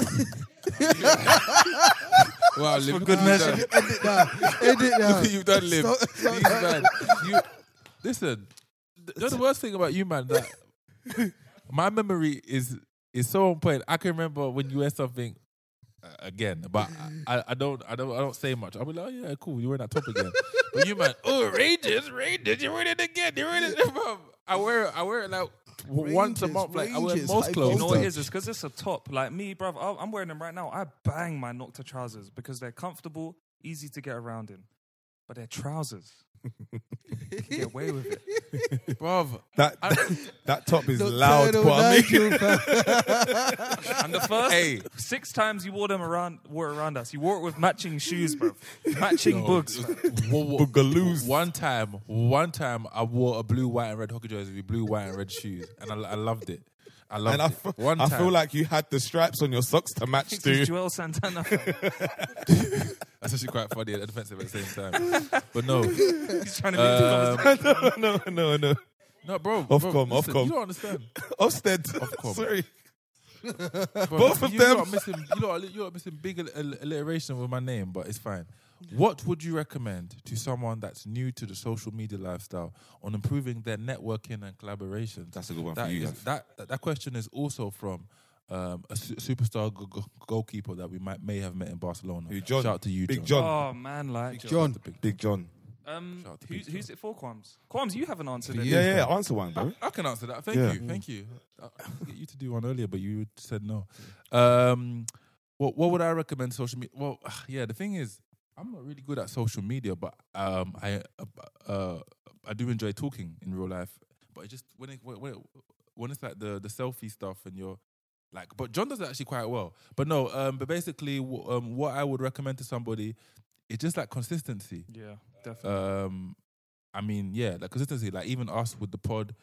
Speaker 4: Wow, Liv,
Speaker 7: good
Speaker 4: you've
Speaker 7: measure.
Speaker 4: done-
Speaker 5: End it now. End it
Speaker 4: (laughs)
Speaker 6: (laughs)
Speaker 5: now.
Speaker 4: you've done, Liv.
Speaker 5: Stop- stop
Speaker 4: He's
Speaker 5: that.
Speaker 4: mad. You, listen, th- that's the worst thing about you, man.
Speaker 5: (laughs)
Speaker 4: That my memory is is so on point. I can remember when you wear something uh, again, but I, I, I don't, I don't, I don't say much. I'll be like, oh yeah, cool, you're wearing that top again. but you, man, oh Rangers, Rangers, you're wearing it again. You're wearing it. Bro. I wear, it, I wear it like w once a
Speaker 5: Rangers,
Speaker 4: month. Like I wear
Speaker 5: Rangers,
Speaker 4: most
Speaker 5: high
Speaker 4: clothes.
Speaker 7: You know what it
Speaker 4: though.
Speaker 7: is? It's because it's a top. Like me, bruv, I- I'm wearing them right now. I bang my Nocta trousers because they're comfortable, easy to get around in. But they're trousers. (laughs) You can get away with it.
Speaker 4: bruv.
Speaker 6: That that, that top is loud,
Speaker 5: Turtle
Speaker 6: (laughs) Kwame.
Speaker 5: Nigel, fam.
Speaker 7: And the first
Speaker 4: Hey.
Speaker 7: six times you wore them around, wore around us, you wore it with matching shoes, bruv. Matching
Speaker 4: (laughs)
Speaker 7: books. bruv.
Speaker 4: Wo- wo-
Speaker 6: Boogaloos.
Speaker 4: One time, one time, I wore a blue, white, and red hockey jersey with blue, white, and red shoes, and I, I loved it. I loved
Speaker 6: And I,
Speaker 4: it.
Speaker 6: f-
Speaker 4: one
Speaker 6: I
Speaker 4: time,
Speaker 6: feel like you had the straps on your socks to match
Speaker 4: (laughs)
Speaker 7: This
Speaker 6: too.
Speaker 7: is Joel Santana. bruv.
Speaker 4: that's actually quite funny and offensive at the same time.
Speaker 6: (laughs)
Speaker 4: But no, um,
Speaker 7: He's trying to
Speaker 6: Um,
Speaker 7: make the covers
Speaker 6: no, no, no, no.
Speaker 4: no, bro.
Speaker 6: Ofcom,
Speaker 4: bro, listen,
Speaker 6: Ofcom.
Speaker 4: You don't understand.
Speaker 6: Ofsted. (laughs)
Speaker 4: Ofcom.
Speaker 6: Sorry.
Speaker 4: Bro,
Speaker 6: Both of
Speaker 4: you
Speaker 6: them.
Speaker 4: Lot are missing, you lot are, you lot are missing big al- al- alliteration with my name, but it's fine.
Speaker 6: Mm.
Speaker 4: What would you recommend to someone that's new to the social media lifestyle on improving their networking and collaboration?
Speaker 6: That's a good one for
Speaker 4: That
Speaker 6: you,
Speaker 4: is-
Speaker 6: Gav.
Speaker 4: that that- that question is also from um, a su- superstar g- g- goalkeeper that we might may have met in Barcelona.
Speaker 6: Who, John?
Speaker 4: Shout out to you,
Speaker 6: Big
Speaker 4: John.
Speaker 7: Oh man, like
Speaker 4: Big
Speaker 5: Oh,
Speaker 4: John.
Speaker 6: Big John.
Speaker 7: Um, who's, who's it for, Quams? Quams, you haven't answered it.
Speaker 6: Yeah, yeah, yeah, answer one, bro.
Speaker 4: I can answer that. Thank
Speaker 6: Yeah.
Speaker 4: you. Thank you. I I could get you to do one earlier, but you said no. Um, what what would I recommend social media? Well, (sighs) yeah, the thing is, I'm not really good at social media, but um, I uh, uh, I do enjoy talking in real life. But it just when it when it, when it's like the the selfie stuff and you're like, but John does it actually quite well. But no, um, but basically, wh- um, what I would recommend to somebody, it's just like consistency.
Speaker 7: Yeah, definitely.
Speaker 4: Um, I mean, yeah, like consistency. Like even us with the pod,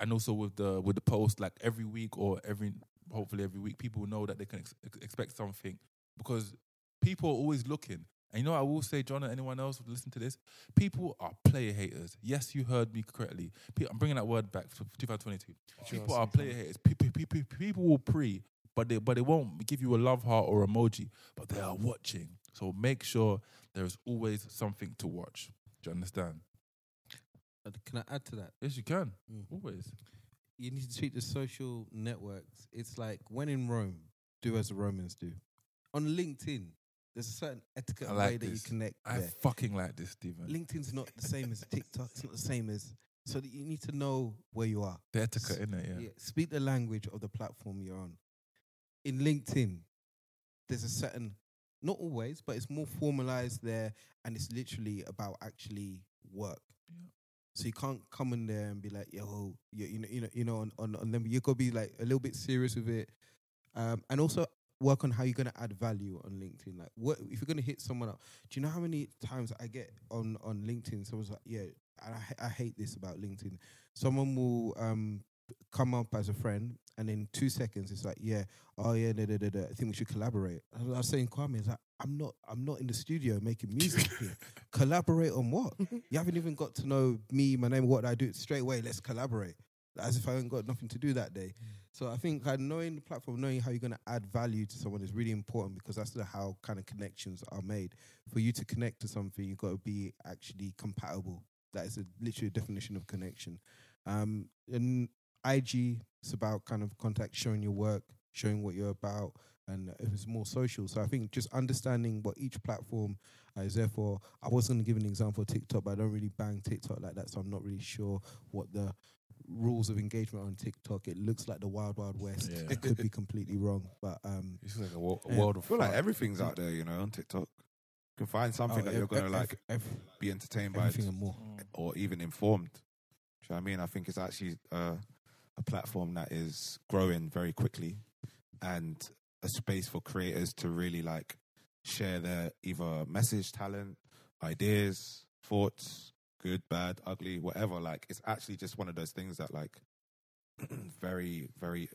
Speaker 4: and also with the with the post, like every week or every hopefully every week, people know that they can ex- ex- expect something because people are always looking. And you know, what I will say, John, and anyone else who listen to this, people are player haters. Yes, you heard me correctly. Pe- I'm bringing that word back for 2022. People are player haters. Pe- pe- pe- pe- People will pre, but they but they won't give you a love heart or emoji. But they are watching. So make sure there is always something to watch. Do you understand?
Speaker 5: Uh, Can I add to that?
Speaker 4: Yes, you can.
Speaker 6: Mm-hmm.
Speaker 4: Always.
Speaker 5: You need to treat the social networks. It's like when in Rome, do as the Romans do. On LinkedIn, there's a certain etiquette
Speaker 4: I
Speaker 5: and way
Speaker 4: like
Speaker 5: that you
Speaker 4: this.
Speaker 5: connect.
Speaker 4: I
Speaker 5: there.
Speaker 4: fucking like this, Stephen.
Speaker 5: LinkedIn's not the same as TikTok. It's not the same as. So that you need to know where you are.
Speaker 4: The etiquette, innit? Yeah.
Speaker 5: Speak the language of the platform you're on. In LinkedIn, there's a certain, not always, but it's more formalized there, and it's literally about actually work. So you can't come in there and be like, yo, you, you know, you know, you know, on on, on them. You gotta be like a little bit serious with it, um, and also work on how you're gonna add value on LinkedIn. Like, what if you're gonna hit someone up? Do you know how many times I get on on LinkedIn? Someone's like, yeah, and I, ha- I hate this about LinkedIn. Someone will um come up as a friend, and in two seconds, it's like, yeah, oh yeah, da, da, da, da. I think we should collaborate. And I was saying, Kwame, it's like, I'm not, I'm not in the studio making music here. collaborate on what? You haven't even got to know me, my name, what I do. Straight away, let's collaborate. As if I ain't got nothing to do that day. So I think uh, knowing the platform, knowing how you're going to add value to someone is really important because that's the- how kind of connections are made. For you to connect to something, you've got to be actually compatible. That is a, literally a definition of connection. Um, and IG it's about kind of contact, showing your work, showing what you're about, and it was more social. So I think just understanding what each platform uh, is there for. I was going to give an example of TikTok, but I don't really bang TikTok like that, so I'm not really sure what the rules of engagement on TikTok. It looks like the wild, wild west.
Speaker 4: Yeah.
Speaker 5: It could be completely wrong, but um,
Speaker 4: It's like a, wo- a
Speaker 5: yeah.
Speaker 4: world
Speaker 6: I
Speaker 4: of
Speaker 6: feel like
Speaker 4: fun.
Speaker 6: everything's out there, you know, on TikTok. You can find something
Speaker 5: Oh,
Speaker 6: that
Speaker 5: ev-
Speaker 6: you're gonna
Speaker 5: ev-
Speaker 6: like
Speaker 5: ev-
Speaker 6: be entertained by,
Speaker 5: everything and more.
Speaker 6: or even informed. Do you know what I mean? I think it's actually uh, a platform that is growing very quickly, and a space for creators to really like share their either message, talent, ideas, thoughts, good, bad, ugly, whatever. Like it's actually just one of those things that like (clears throat) very, very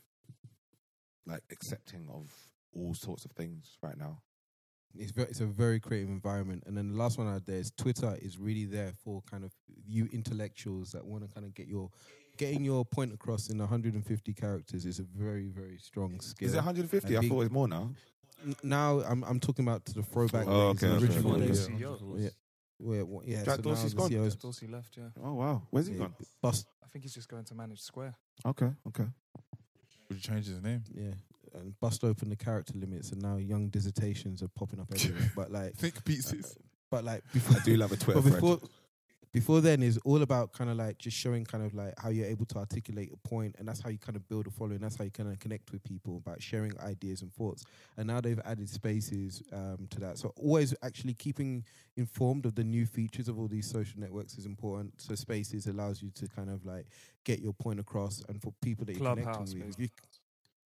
Speaker 6: like accepting of all sorts of things right now.
Speaker 5: it's very, it's a very creative environment. And then the last one out there is Twitter is really there for kind of you intellectuals that want to kind of get your getting your point across in 150 characters is a very very strong skill.
Speaker 6: Is it 150?
Speaker 5: And
Speaker 6: I
Speaker 5: being-
Speaker 6: thought it was more now.
Speaker 5: N- now I'm I'm talking about to the throwback
Speaker 6: Oh,
Speaker 5: days,
Speaker 6: okay,
Speaker 5: the
Speaker 6: okay,
Speaker 5: original
Speaker 6: okay.
Speaker 5: days.
Speaker 7: Yeah.
Speaker 5: Yeah. Yeah, wha- yeah,
Speaker 6: Jack
Speaker 5: so
Speaker 6: Dorsey's
Speaker 5: now the
Speaker 6: gone?
Speaker 5: CEO is
Speaker 7: Dorsey left. Yeah,
Speaker 6: Oh wow, where's he
Speaker 5: Yeah.
Speaker 6: gone?
Speaker 5: bust.
Speaker 7: I think he's just going to manage Square.
Speaker 6: Okay, okay.
Speaker 4: Would you change his name?
Speaker 5: Yeah, and bust open the character limits, and now young dissertations are popping up everywhere. but like, uh,
Speaker 4: Think pieces.
Speaker 5: but like before,
Speaker 6: I do love a Twitter
Speaker 5: but
Speaker 6: thread.
Speaker 5: before before then is all about kind of like just showing kind of like how you're able to articulate a point and that's how you kind of build a following that's how you kind of connect with people about sharing ideas and thoughts and now they've added spaces um, to that so always actually keeping informed of the new features of all these social networks is important so spaces allows you to kind of like get your point across and for people that you're
Speaker 7: Clubhouse,
Speaker 5: connecting with if you,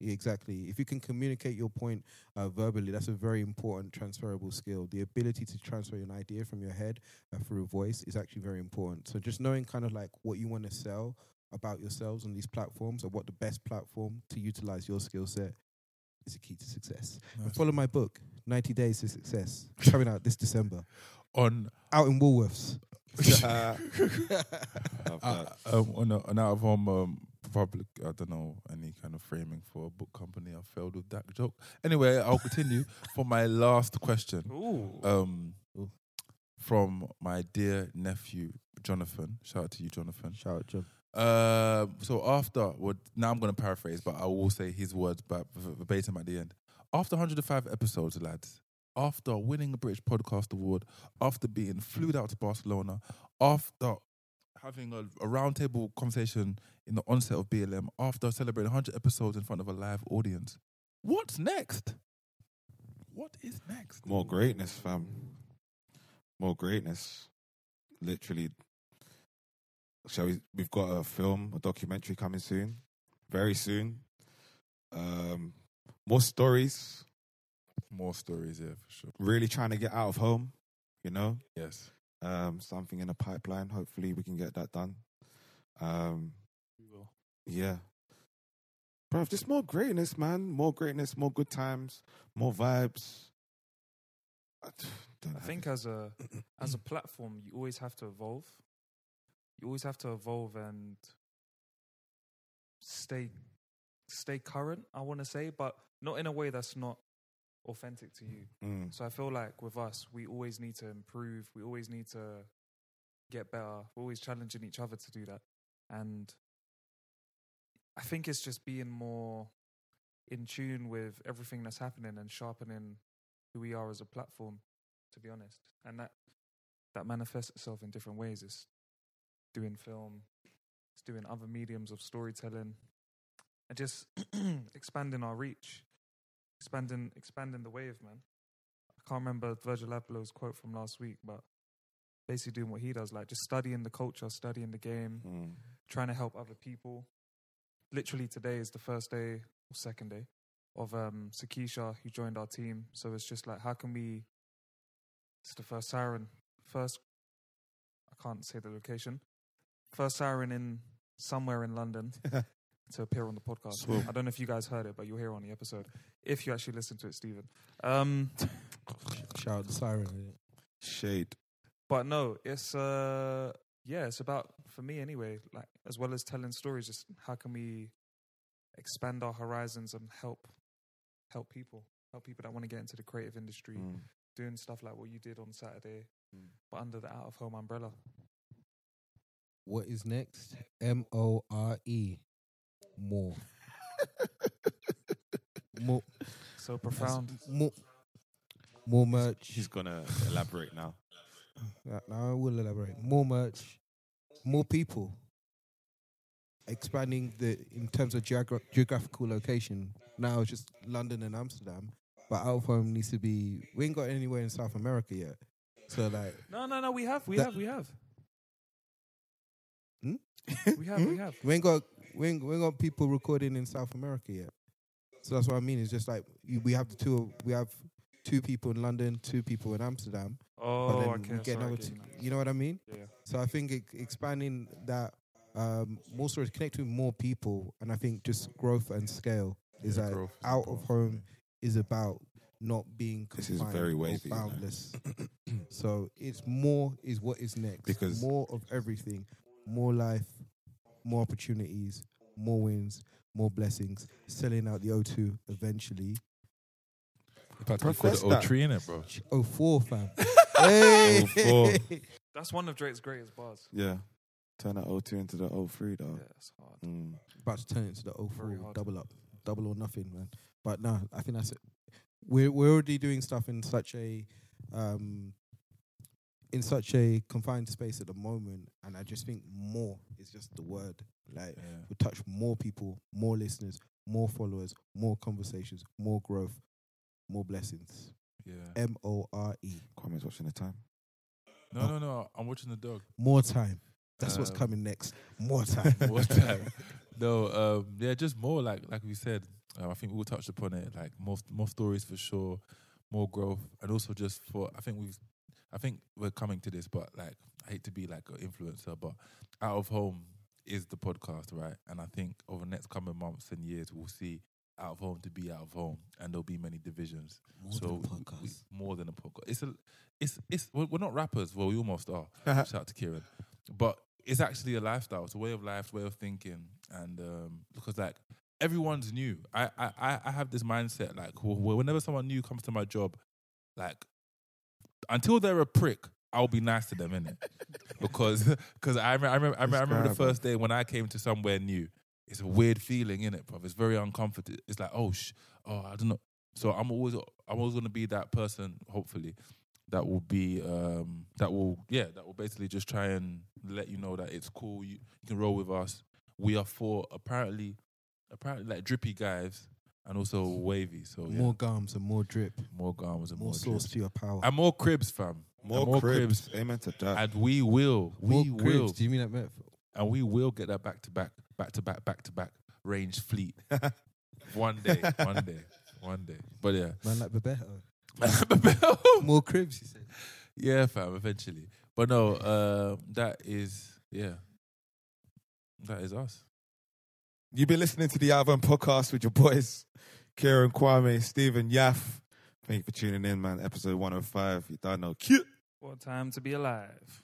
Speaker 5: yeah, exactly. If you can communicate your point uh, verbally, that's a very important transferable skill. The ability to transfer an idea from your head uh, through a voice is actually very important. So just knowing kind of like what you want to sell about yourselves on these platforms and what the best platform to utilize your skill set is a key to success. And follow my book, 90 Days
Speaker 6: (laughs)
Speaker 5: to Success, coming out this December,
Speaker 4: (laughs) On
Speaker 5: out in
Speaker 6: (laughs)
Speaker 5: Woolworths.
Speaker 6: Uh, love
Speaker 4: uh,
Speaker 6: that.
Speaker 4: (laughs) um, on, a, on out of home um, public, I don't know any kind of framing for a book company. I failed with
Speaker 6: (laughs)
Speaker 7: Uh,
Speaker 4: that joke. Anyway, I'll continue for my last question.
Speaker 7: Ooh,
Speaker 4: Um, from my dear nephew Jonathan. Shout out to you, Jonathan.
Speaker 5: Shout out, John.
Speaker 4: Um, so after, well, now I'm going to paraphrase, but I will say his words but verbatim at the end. After 105 episodes, lads, after winning the British Podcast Award, after being flued out to Barcelona, after having a, a roundtable conversation in the onset of BLM, after celebrating 100 episodes in front of a live audience, what's next? What is next?
Speaker 6: More greatness, fam. More greatness. Literally. Shall we? We've got a film, a documentary coming soon, very soon. Um, more stories.
Speaker 4: More stories, yeah, for sure.
Speaker 6: Really trying to get out of home, you know.
Speaker 4: Yes.
Speaker 6: Um, something in the pipeline. Hopefully, we can get that done. Um,
Speaker 7: We will.
Speaker 6: yeah. Bruv, just more greatness, man. More greatness, more good times, more vibes. I don't
Speaker 7: I
Speaker 6: have
Speaker 7: think
Speaker 6: it.
Speaker 7: as a as a platform, you always have to evolve. You always have to evolve and stay stay current. I want to say, but not in a way that's not authentic to you.
Speaker 6: Mm.
Speaker 7: So I feel like with us, we always need to improve. We always need to get better. We're always challenging each other to do that. And I think it's just being more in tune with everything that's happening and sharpening who we are as a platform, to be honest. And that that manifests itself in different ways. It's doing film, it's doing other mediums of storytelling, and just (clears throat) expanding our reach, expanding expanding the wave, man. I can't remember Virgil Abloh's quote from last week, but basically doing what he does, like just studying the culture, studying the game,
Speaker 6: Mm.
Speaker 7: trying to help other people. Literally today is the first day or second day of um, Sakisha who joined our team. So it's just like, how can we? It's the first siren, first. I can't say the location. First siren in somewhere in London to appear on the podcast.
Speaker 6: Swoop.
Speaker 7: I don't know if you guys heard it, but you'll hear it on the episode if you actually listen to it, Stephen. Um,
Speaker 6: (laughs)
Speaker 5: Shout out the siren. innit?
Speaker 6: Shade.
Speaker 7: but no, it's uh yeah, it's about for me anyway, like as well as telling stories, just how can we expand our horizons and help help people. Help people that want to get into the creative industry,
Speaker 6: Mm.
Speaker 7: doing stuff like what you did on Saturday,
Speaker 5: Mm.
Speaker 7: but under the out of home umbrella.
Speaker 5: What is next? M O R E.
Speaker 6: (laughs)
Speaker 5: More. More.
Speaker 7: So profound.
Speaker 5: (laughs) More. More merch.
Speaker 6: She's gonna elaborate now.
Speaker 5: Yeah, no, I will elaborate. More merch, more people. Expanding the in terms of geogra- geographical location. Now it's just London and Amsterdam, but out of home needs to be. We ain't got anywhere in South America yet, so like
Speaker 7: No, no, no, we have, we
Speaker 5: That-
Speaker 7: have, we have.
Speaker 5: Hmm?
Speaker 7: We have, we have.
Speaker 5: (laughs) we ain't got we ain't, we ain't got people recording in South America yet. So that's what I mean. It's just like you- we have the two. We have two people in London, two people in Amsterdam.
Speaker 7: Oh,
Speaker 5: then
Speaker 7: okay.
Speaker 5: we get
Speaker 7: sorry,
Speaker 5: another
Speaker 7: I get
Speaker 5: two,
Speaker 7: you now.
Speaker 5: you know what I mean?
Speaker 7: Yeah.
Speaker 5: So I think ex- expanding that um, more stories, connect with more people, and I think just growth and scale is
Speaker 4: Yeah,
Speaker 5: like
Speaker 4: growth is
Speaker 5: out of
Speaker 4: important,
Speaker 5: home is about not being
Speaker 6: This is
Speaker 5: confined
Speaker 6: very
Speaker 5: or
Speaker 6: wavy, you know.
Speaker 5: boundless. (clears throat) so it's more is what is next.
Speaker 6: Because-
Speaker 5: more of everything, more life, more opportunities, more wins, more blessings. Selling out the O2 eventually.
Speaker 4: If I
Speaker 6: you could have
Speaker 4: the
Speaker 6: Professor.
Speaker 4: tree in it, bro.
Speaker 5: Oh
Speaker 6: (laughs)
Speaker 5: four fam. hey.
Speaker 6: Oh,
Speaker 7: That's one of Drake's greatest bars.
Speaker 6: Yeah. Turn that 02 into the 03 though.
Speaker 5: Oh.
Speaker 7: Yeah, it's hard.
Speaker 6: Mm.
Speaker 5: about to turn it to the
Speaker 7: Very
Speaker 5: 04
Speaker 7: hard.
Speaker 5: double up, double or nothing, man. But no, I think that's it. We're we're already doing stuff in such a um in such a confined space at the moment, and I just think more is just the word. Like
Speaker 4: Yeah.
Speaker 5: we touch more people, more listeners, more followers, more conversations, more growth, more blessings.
Speaker 4: Yeah.
Speaker 5: M O R E.
Speaker 6: Kwame's watching the time. Oh.
Speaker 4: No, no, no. I'm watching the dog.
Speaker 5: More time. That's what's
Speaker 4: Um,
Speaker 5: coming next. More time.
Speaker 4: (laughs) More time. No, um, yeah, just more like like we said. Um, I think we all touched upon it. Like more more stories for sure, more growth, and also just for I think we've, I think we're coming to this, but like I hate to be like an influencer, but out of home is the podcast, right? And I think over the next coming months and years, we'll see out of home to be out of home, and there'll be many divisions.
Speaker 5: More
Speaker 4: so
Speaker 5: than a
Speaker 4: we- we-
Speaker 5: podcast.
Speaker 4: more than a podcast. It's a it's it's we're we're not rappers. Well, we almost are. Shout out to Kieran, but it's actually a lifestyle. It's a way of life, way of thinking, and um, because like everyone's new. I I I- I have this mindset like wh- wh- whenever someone new comes to my job, like until they're a prick, I'll be nice to them, innit? because because I, rem- I remember I, rem- I remember the first day when I came to somewhere new. It's a weird feeling, innit, bruv? It's very uncomfortable. It's like, oh, sh- oh, I don't know. So I'm always I'm always gonna be that person, hopefully, that will be um that will yeah that will basically just try and let you know that it's cool. You, you can roll with us. We are for apparently apparently like drippy guys and also wavy. So oh, yeah.
Speaker 5: More gums and more drip.
Speaker 4: More garms and
Speaker 5: More
Speaker 4: more,
Speaker 5: sauce
Speaker 4: drip.
Speaker 5: to your power.
Speaker 4: And more cribs, fam.
Speaker 6: More
Speaker 4: And
Speaker 6: cribs. Amen to that.
Speaker 4: And we will.
Speaker 5: Uh, More
Speaker 4: We
Speaker 5: cribs.
Speaker 4: will.
Speaker 5: Do you mean that metaphor?
Speaker 4: And we will get that back to back, back to back, back to back range
Speaker 5: (laughs)
Speaker 4: fleet. one day, one day, one day. But yeah.
Speaker 5: Man like
Speaker 4: (laughs)
Speaker 5: Bebeto. (laughs)
Speaker 4: more
Speaker 5: cribs, you said.
Speaker 4: Yeah, fam, eventually. But no, uh, that is, yeah. That is us.
Speaker 6: You've been listening to the Alvin podcast with your boys, Kieran Kwame, Stephen Yaff. Thank you for tuning in, man. Episode 105. You don't know. Cute.
Speaker 7: What time to be alive?